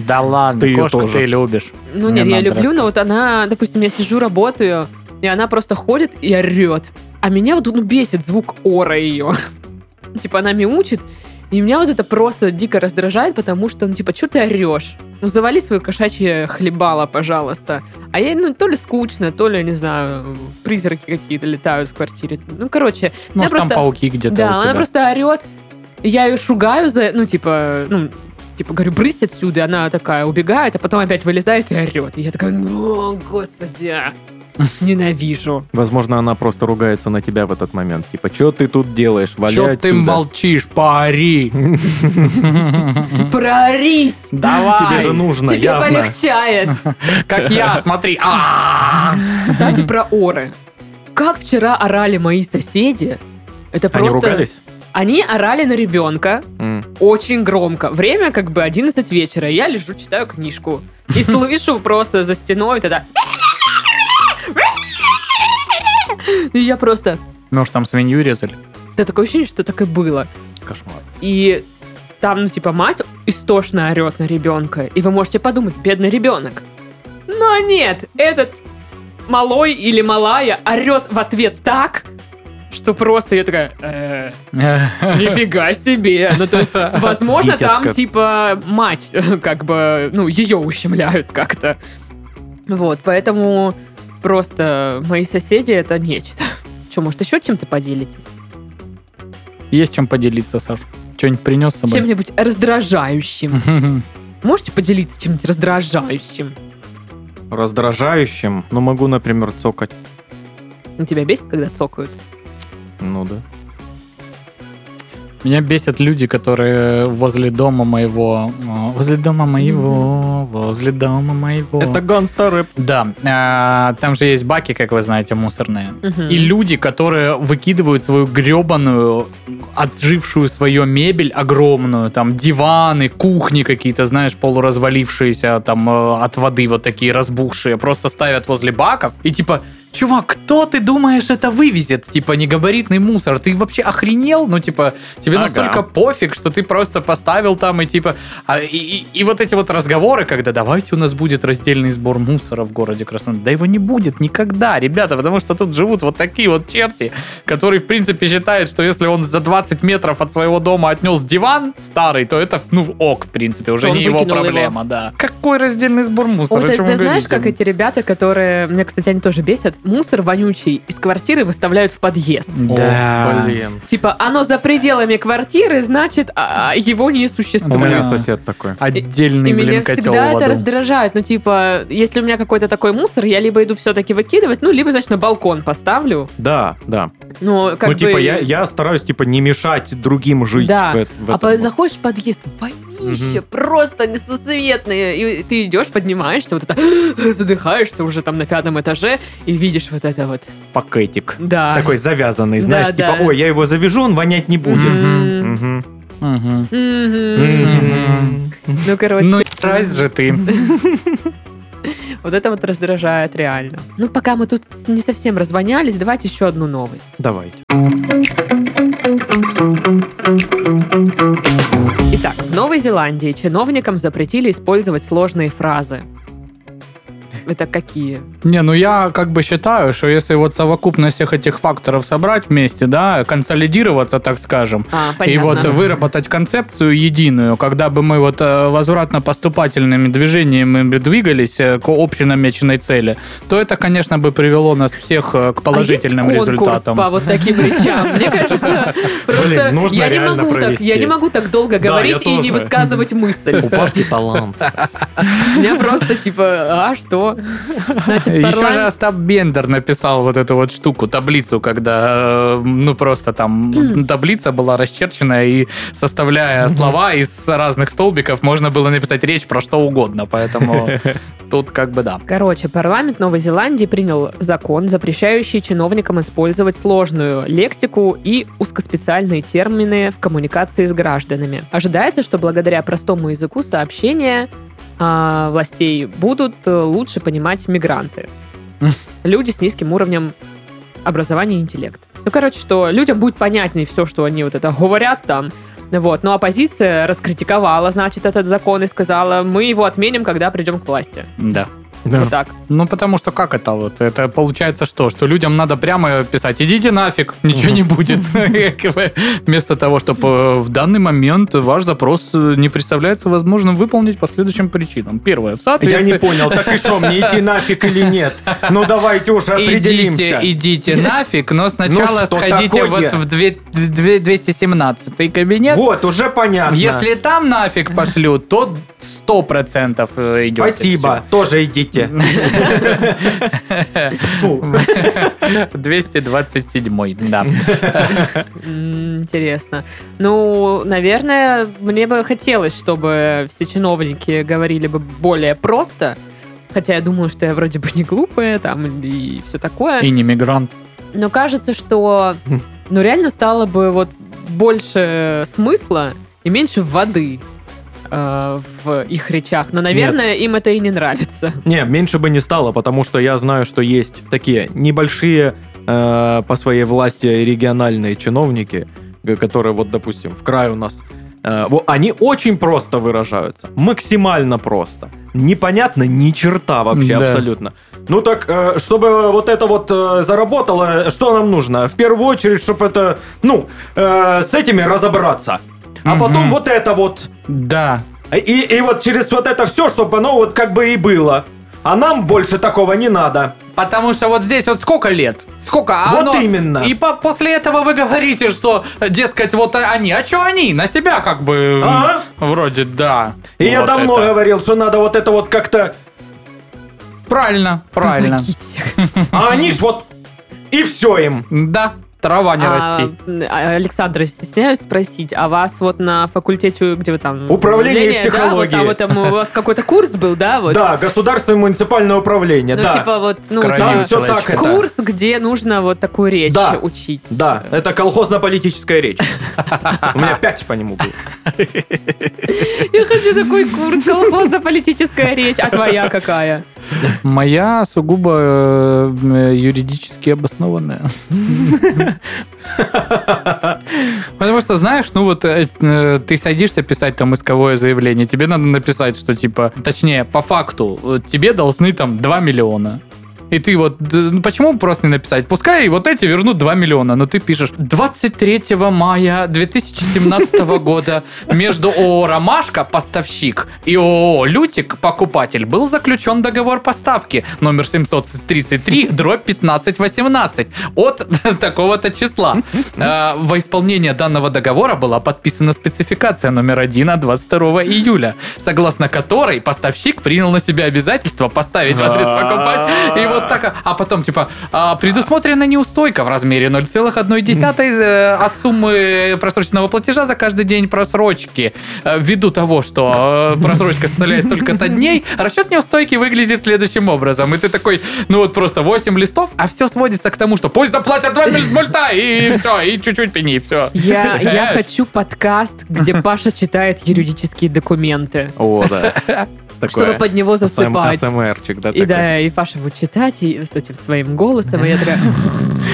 Speaker 3: Да ладно,
Speaker 2: Ты её
Speaker 3: кошку
Speaker 2: тоже.
Speaker 3: ты любишь.
Speaker 1: Ну,
Speaker 3: Мне
Speaker 1: нет, я
Speaker 3: надо
Speaker 1: люблю, но вот она, допустим, я сижу, работаю, и она просто ходит и орет. А меня вот ну, бесит звук ора ее. Типа она мяучит, и меня вот это просто дико раздражает, потому что, ну, типа, что ты орешь? Ну, завали свое кошачье хлебало, пожалуйста. А я, ну, то ли скучно, то ли, не знаю, призраки какие-то летают в квартире. Ну, короче,
Speaker 3: Может, там
Speaker 1: просто-
Speaker 3: пауки где-то у
Speaker 1: да, она
Speaker 3: тебя.
Speaker 1: просто орет. И Я ее шугаю за, ну, типа, ну, типа, говорю, брысь отсюда. И Она такая убегает, а потом опять вылезает и орет. И я такая, ну, господи, ненавижу.
Speaker 2: Возможно, она просто ругается на тебя в этот момент. Типа, что ты тут делаешь? Вали
Speaker 3: Чё ты
Speaker 2: отсюда».
Speaker 3: молчишь? Пари!
Speaker 1: Прорись!
Speaker 2: Тебе же
Speaker 3: Давай!
Speaker 2: нужно,
Speaker 1: Тебе
Speaker 2: явно.
Speaker 1: полегчает.
Speaker 3: Как я, смотри! А!
Speaker 1: Кстати, про оры. Как вчера орали мои соседи? Это
Speaker 2: Они
Speaker 1: просто...
Speaker 2: ругались?
Speaker 1: Они орали на ребенка,
Speaker 2: М.
Speaker 1: очень громко. Время как бы 11 вечера. Я лежу, читаю книжку. И слышу просто за стеной тогда... И я просто...
Speaker 3: Может, там свинью резали?
Speaker 1: Да такое ощущение, что так и было.
Speaker 2: Кошмар.
Speaker 1: И там, ну, типа, мать истошно орет на ребенка. И вы можете подумать, бедный ребенок. Но нет, этот малой или малая орет в ответ так, что просто я такая... «Э, Нифига себе. Ну, то есть, возможно,
Speaker 2: Дитятка.
Speaker 1: там, типа, мать, как бы, ну, ее ущемляют как-то. Вот, поэтому просто мои соседи — это нечто. Че, может, еще чем-то поделитесь?
Speaker 3: Есть чем поделиться, Саш. Что-нибудь принес с собой?
Speaker 1: Чем-нибудь раздражающим. Можете поделиться чем-нибудь раздражающим?
Speaker 2: Раздражающим. Ну, могу, например, цокать.
Speaker 1: Ну, тебя бесит, когда цокают?
Speaker 2: Ну да.
Speaker 3: Меня бесят люди, которые возле дома моего... э, Возле дома моего... Возле дома моего...
Speaker 2: Это ганстарэп.
Speaker 3: Да, э, там же есть баки, как вы знаете, мусорные.
Speaker 1: Мгм.
Speaker 3: И люди, которые выкидывают свою гребаную, отжившую свою мебель огромную, там диваны, кухни какие-то, знаешь, полуразвалившиеся, там э, от воды вот такие разбухшие, просто ставят возле баков и типа, чувак, кто ты думаешь это вывезет? Типа негабаритный мусор, ты вообще охренел? Ну типа, тебе
Speaker 2: Ага.
Speaker 3: настолько пофиг, что ты просто поставил там и типа... а, и, и- и вот эти вот разговоры, когда давайте у нас будет раздельный сбор мусора в городе Краснодар. Да его не будет никогда, ребята, потому что тут живут вот такие вот черти, которые, в принципе, считают, что если он за 20 метров от своего дома отнес диван старый, то это, ну, ок, в принципе, уже
Speaker 1: То он
Speaker 3: не его
Speaker 1: выкинул его.
Speaker 3: проблема, да. Какой раздельный сбор мусора?
Speaker 1: Ой, то
Speaker 3: О
Speaker 1: есть
Speaker 3: чем
Speaker 1: ты
Speaker 3: вы
Speaker 1: знаешь,
Speaker 3: говорите?
Speaker 1: как эти ребята, которые, меня, кстати, они тоже бесят, мусор вонючий из квартиры выставляют в подъезд.
Speaker 3: Да.
Speaker 2: О, блин.
Speaker 1: Типа, оно за пределами квартиры, значит, а, его не
Speaker 2: У
Speaker 1: существует.
Speaker 2: меня
Speaker 3: Да.
Speaker 2: сосед такой.
Speaker 3: Отдельный,
Speaker 1: И
Speaker 3: блин,
Speaker 1: меня
Speaker 3: котел
Speaker 1: всегда
Speaker 3: в
Speaker 1: это
Speaker 3: аду.
Speaker 1: раздражает. Ну, типа, если у меня какой-то такой мусор, я либо иду все-таки выкидывать, ну, либо, значит, на балкон поставлю.
Speaker 2: Да, да.
Speaker 1: Ну, как бы...
Speaker 2: ну, типа, я, я стараюсь, типа, не мешать другим жить
Speaker 1: Да.
Speaker 2: в, эт- в
Speaker 1: А
Speaker 2: этом.
Speaker 1: по- заходишь в подъезд, вонище, просто несусветное. И ты идешь, поднимаешься, вот это задыхаешься уже там на пятом этаже и видишь вот это вот.
Speaker 2: пакетик.
Speaker 1: Да.
Speaker 2: Такой завязанный,
Speaker 1: Да,
Speaker 2: знаешь,
Speaker 1: да.
Speaker 2: типа, ой, я его завяжу, он вонять не будет.
Speaker 1: Мгм.
Speaker 2: Мгм.
Speaker 3: Мгм.
Speaker 1: Мгм. Ну, короче,
Speaker 3: Ну, раз же ты.
Speaker 1: вот это вот раздражает реально. Ну, пока мы тут с- не совсем развонялись, давайте еще одну новость.
Speaker 2: Давайте.
Speaker 1: Итак, в Новой Зеландии чиновникам запретили использовать сложные фразы. Это какие?
Speaker 3: Не, ну я как бы считаю, что если вот совокупность всех этих факторов собрать вместе, да, консолидироваться, так скажем,
Speaker 1: А, понятно.
Speaker 3: и вот выработать концепцию единую, когда бы мы вот э, возвратно-поступательными движениями двигались э, к общенамеченной цели, то это, конечно, бы привело нас всех э, к положительным
Speaker 1: а есть конкурс
Speaker 3: результатам.
Speaker 1: по вот таким речам. Мне кажется, просто
Speaker 4: Блин, нужно
Speaker 1: я не
Speaker 4: реально
Speaker 1: могу так,
Speaker 4: провести.
Speaker 1: я не могу так долго
Speaker 4: Да,
Speaker 1: говорить
Speaker 4: я
Speaker 1: и не
Speaker 4: тоже.
Speaker 1: высказывать мысль.
Speaker 2: У Пашки талант.
Speaker 1: У меня просто типа, а что? Значит,
Speaker 3: Еще же
Speaker 1: парламент-
Speaker 3: Остап Бендер написал вот эту вот штуку, таблицу, когда, э, ну, просто там таблица была расчерчена, и составляя слова из разных столбиков, можно было написать речь про что угодно, поэтому тут как бы да.
Speaker 1: Короче, парламент Новой Зеландии принял закон, запрещающий чиновникам использовать сложную лексику и узкоспециальные термины в коммуникации с гражданами. Ожидается, что благодаря простому языку сообщения а, властей будут э, лучше понимать мигранты. Люди с низким уровнем образования и интеллекта. Ну, короче, что людям будет понятнее все, что они вот это говорят там, вот. Но оппозиция раскритиковала, значит, этот закон и сказала, мы его отменим, когда придем к власти.
Speaker 3: Да.
Speaker 1: Вот так.
Speaker 3: Ну, потому что как это вот? Это получается что? Что людям надо прямо писать, идите нафиг, ничего не будет. Вместо того, чтобы в данный момент ваш запрос э, не представляется возможным выполнить по следующим причинам. Первое, в
Speaker 4: Я
Speaker 3: соответствии
Speaker 4: не понял, так и что, мне идти нафиг или нет? Ну давайте уже определимся. Ну,
Speaker 3: Идите, идите нафиг, но сначала
Speaker 4: что
Speaker 3: сходите
Speaker 4: такое?
Speaker 3: вот в две- в две- 217 кабинет.
Speaker 4: Вот, уже понятно.
Speaker 3: Если там нафиг пошлют, то 100% э, идете.
Speaker 4: Спасибо, тоже идите. Фу.
Speaker 3: 227 да.
Speaker 1: М, Интересно. Ну, наверное, мне бы хотелось, чтобы все чиновники говорили бы более просто. Хотя я думаю, что я вроде бы не глупая там и все такое.
Speaker 3: И не мигрант.
Speaker 1: Но кажется, что ну реально стало бы вот больше смысла и меньше воды э, в их речах. Но, наверное, им это и не нравится.
Speaker 2: Не, меньше бы не стало, потому что я знаю, что есть такие небольшие э, по своей власти региональные чиновники, э, которые вот, допустим, в край у нас, э, во- они очень просто выражаются, максимально просто. Непонятно ни черта вообще
Speaker 3: Да.
Speaker 2: абсолютно.
Speaker 4: Ну так, э, чтобы вот это вот э, заработало, что нам нужно? В первую очередь, чтобы это, ну, э, с этими разобраться. А
Speaker 3: Мгм.
Speaker 4: потом вот это вот.
Speaker 3: Да.
Speaker 4: И, и вот через вот это все, чтобы оно вот как бы и было. А нам больше такого не надо.
Speaker 3: Потому что вот здесь вот сколько лет? Сколько? А
Speaker 4: вот
Speaker 3: оно-
Speaker 4: именно.
Speaker 3: И по- после этого вы говорите, что, дескать, вот они. А что они? На себя как бы...
Speaker 4: Ага.
Speaker 3: Вроде да.
Speaker 4: А? И я
Speaker 3: Вот
Speaker 4: давно
Speaker 3: это.
Speaker 4: говорил, что надо вот это вот как-то...
Speaker 3: Правильно, правильно.
Speaker 1: Помогите.
Speaker 4: А они ж вот... И все им.
Speaker 3: Да, трава не
Speaker 1: А,
Speaker 3: расти.
Speaker 1: м, а, Александра, стесняюсь спросить, а вас вот на факультете, где вы там?
Speaker 4: Управление
Speaker 1: управление, да, вот там
Speaker 4: психологии.
Speaker 1: вот там у вас какой-то курс был, да? Вот?
Speaker 4: Да, государственное муниципальное управление,
Speaker 1: Ну,
Speaker 4: да.
Speaker 1: типа вот, ну,
Speaker 3: Крайне
Speaker 4: там
Speaker 1: типа,
Speaker 4: всё так
Speaker 3: человечко.
Speaker 4: это.
Speaker 1: курс, где нужно вот такую речь
Speaker 4: Да.
Speaker 1: учить.
Speaker 4: Да, это колхозно-политическая речь. У меня пять по нему было.
Speaker 1: Я хочу такой курс, колхозно-политическая речь. А твоя какая?
Speaker 3: Моя сугубо э, юридически обоснованная. Потому что, знаешь, ну вот э, э, ты садишься писать там исковое заявление, тебе надо написать, что типа, точнее, по факту, э, тебе должны там 2 миллиона. И ты вот, э, ну почему просто не написать? Пускай вот эти вернут 2 миллиона, но ты пишешь 23 мая 2017 года между ООО «Ромашка» поставщик и ООО «Лютик» покупатель был заключен договор поставки номер 733 дробь 1518 от такого-то числа. Э, Во исполнение данного договора была подписана спецификация номер 1 от 22 июля, согласно которой поставщик принял на себя обязательство поставить в адрес покупателя. И вот вот так, а потом типа а, предусмотрена неустойка в размере 0,1 э, от суммы просроченного платежа за каждый день просрочки. Э, Ввиду того, что э, просрочка составляет столько-то дней, расчет неустойки выглядит следующим образом. И ты такой, ну вот просто 8 листов, а все сводится к тому, что пусть заплатят 2 мульта, и все, и Э, чуть-чуть пени, все.
Speaker 1: Я, я хочу подкаст, где Паша читает юридические документы,
Speaker 2: О, да.
Speaker 1: чтобы
Speaker 2: Такое.
Speaker 1: под него засыпать.
Speaker 2: АСМРчик, да,
Speaker 1: И
Speaker 2: такой.
Speaker 1: да, и Паша будет читать и с этим своим голосом, и я такая,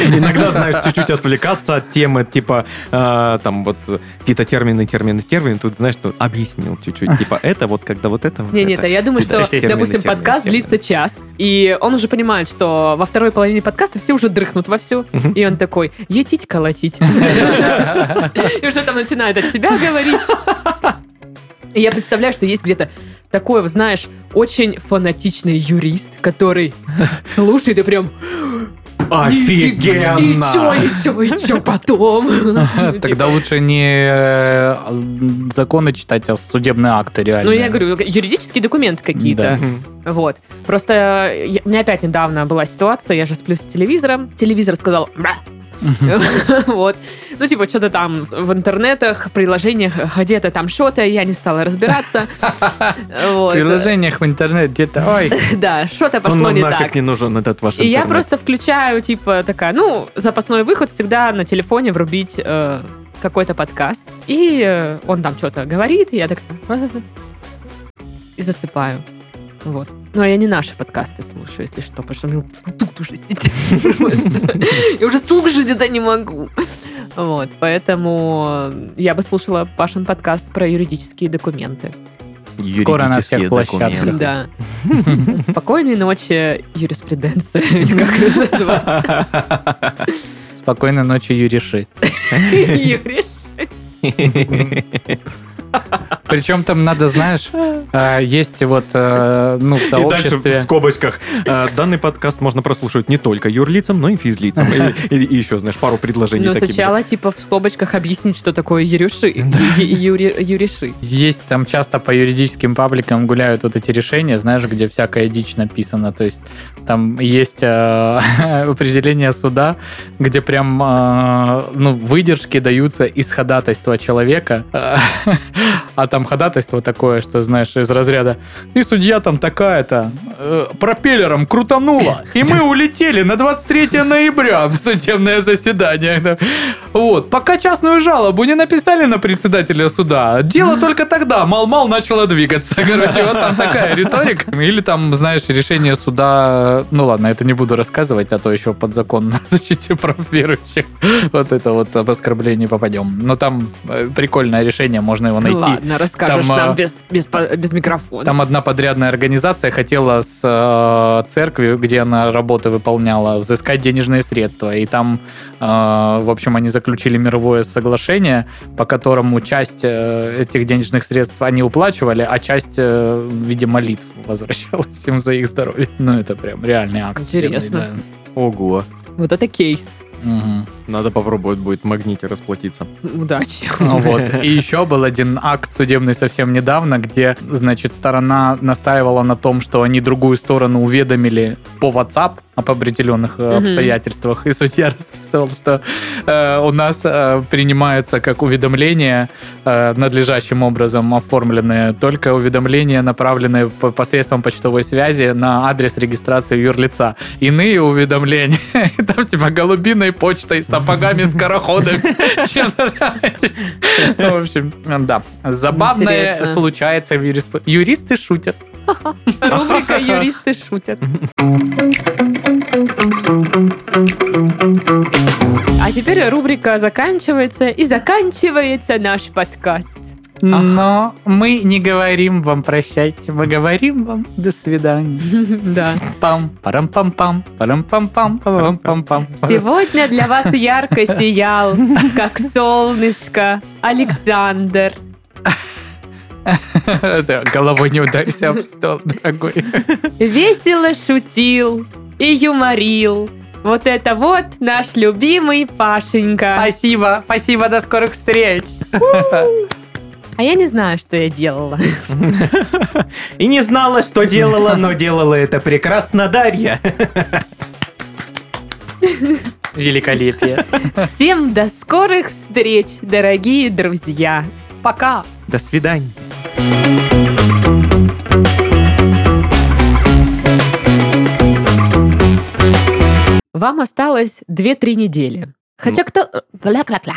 Speaker 2: Иногда, знаешь, чуть-чуть отвлекаться от темы, типа, э, там вот э, какие-то термины, термины, термины, тут, знаешь, тут объяснил чуть-чуть, типа, это вот, когда вот это... вот
Speaker 1: Не, нет,
Speaker 2: это.
Speaker 1: а я думаю,
Speaker 2: И
Speaker 1: что,
Speaker 2: дальше термины,
Speaker 1: допустим,
Speaker 2: термины,
Speaker 1: подкаст
Speaker 2: термины.
Speaker 1: длится час, и он уже понимает, что во второй половине подкаста все уже дрыхнут вовсю,
Speaker 2: Мгм.
Speaker 1: и он такой, етить колотить. И уже там начинает от себя говорить. И я представляю, что есть где-то такой, вот, знаешь, очень фанатичный юрист, который слушает и прям И чё, и чё, и чё потом?
Speaker 3: Э,
Speaker 1: Ну, типа.
Speaker 3: Тогда лучше не э, законы читать, а судебные акты реально.
Speaker 1: Ну, я говорю, юридические документы какие-то.
Speaker 2: Мгм.
Speaker 1: Вот. Просто э, я- у меня опять недавно была ситуация, я же сплю с телевизором. Телевизор сказал «Бра». Вот. Ну, типа, что-то там в интернетах, приложениях, где-то там что-то, я не стала разбираться.
Speaker 3: В
Speaker 1: Вот.
Speaker 3: приложениях в интернете где-то, ой,
Speaker 1: Да, что-то
Speaker 2: Он
Speaker 1: пошло
Speaker 2: нам
Speaker 1: не
Speaker 2: нафиг
Speaker 1: так.
Speaker 2: не нужен этот ваш
Speaker 1: И я
Speaker 2: интернет.
Speaker 1: просто включаю, типа, такая, ну, запасной выход всегда на телефоне врубить э, какой-то подкаст. И э, он там что-то говорит, и я такая... И засыпаю. Вот. Но я не наши подкасты слушаю, если что, потому что ну, тут уже сидит. Я уже слушать это не могу. Вот, поэтому э, я бы слушала Пашин подкаст про юридические документы.
Speaker 3: Скоро на всех
Speaker 2: Юридические
Speaker 3: площадках.
Speaker 2: документы.
Speaker 1: Да. Спокойной ночи, юриспруденция, или как это называется.
Speaker 3: спокойной ночи, Юриши.
Speaker 1: Юрий.
Speaker 3: Причем там надо, знаешь, э, есть вот, э, ну, в
Speaker 2: И дальше в
Speaker 3: сообществе...
Speaker 2: скобочках. э, Данный подкаст можно прослушать не только юрлицам, но и физлицам. И, и- и еще, знаешь, пару предложений
Speaker 1: Но
Speaker 2: таких же.
Speaker 1: сначала, типа, в скобочках объяснить, что такое юриши. Юри- Юриши.
Speaker 3: Есть там часто по юридическим пабликам гуляют вот эти решения, знаешь, где всякая дичь написана. То есть там есть э, определение суда, где прям э, ну, выдержки даются из ходатайства человека. Э, А там ходатайство такое, что, знаешь, из разряда «И судья там такая-то э, пропеллером крутанула, и мы улетели на 23 ноября в судебное заседание». Да. Вот. Пока частную жалобу не написали на председателя суда, дело только тогда мал-мал начало двигаться. Короче, вот там такая риторика. Или там, знаешь, решение суда... Ну ладно, это не буду рассказывать, а то еще под закон о защите прав верующих. Вот это вот об оскорблении попадем. Но там э, прикольное решение, можно его найти.
Speaker 1: Ну Ладно, расскажешь
Speaker 3: Там,
Speaker 1: нам
Speaker 3: а,
Speaker 1: без, без, по- без микрофона.
Speaker 3: Там одна подрядная организация хотела с э, церкви, где она работы выполняла, взыскать денежные средства. И там, э, в общем, они заключили мировое соглашение, по которому часть э, этих денежных средств они уплачивали, а часть э, в виде молитв возвращалась им за их здоровье. Ну, это прям реальный акт.
Speaker 1: Интересно.
Speaker 3: верный,
Speaker 2: Ого.
Speaker 1: Вот это кейс.
Speaker 3: да. Мгм.
Speaker 2: Надо попробовать будет в магните расплатиться.
Speaker 1: Удачи.
Speaker 3: Ну Вот. И еще был один акт судебный совсем недавно, где, значит, сторона настаивала на том, что они другую сторону уведомили по WhatsApp об определенных э,
Speaker 1: Мгм.
Speaker 3: обстоятельствах. И судья расписывал, что э, у нас э, принимаются как уведомления э, надлежащим образом оформленные, только уведомления, направленные по- посредством почтовой связи на адрес регистрации юрлица. Иные уведомления, там типа голубиной почтой, сапогами, скороходами. чем-то. Ну, В общем, да. Забавное
Speaker 1: Интересно.
Speaker 3: случается в юриспру- Юристы шутят.
Speaker 1: Рубрика «Юристы шутят». А теперь рубрика заканчивается, и заканчивается наш подкаст.
Speaker 3: Но мы не говорим вам прощайте, мы говорим вам до свидания.
Speaker 1: Да.
Speaker 3: Пам, парам пам пам, парам пам пам, парам пам пам.
Speaker 1: Сегодня для вас ярко сиял, как солнышко, Александр.
Speaker 3: Головой не ударься об стол, дорогой.
Speaker 1: Весело шутил и юморил. Вот это вот наш любимый Пашенька.
Speaker 3: Спасибо, спасибо, до скорых встреч.
Speaker 1: А я не знаю, что я делала.
Speaker 2: И не знала, что делала, но делала это прекрасно Дарья.
Speaker 5: Великолепие.
Speaker 1: Всем до скорых встреч, дорогие друзья.
Speaker 5: Пока.
Speaker 2: До свидания.
Speaker 1: Вам осталось 2-3 недели. Хотя кто... Бля-бля-бля.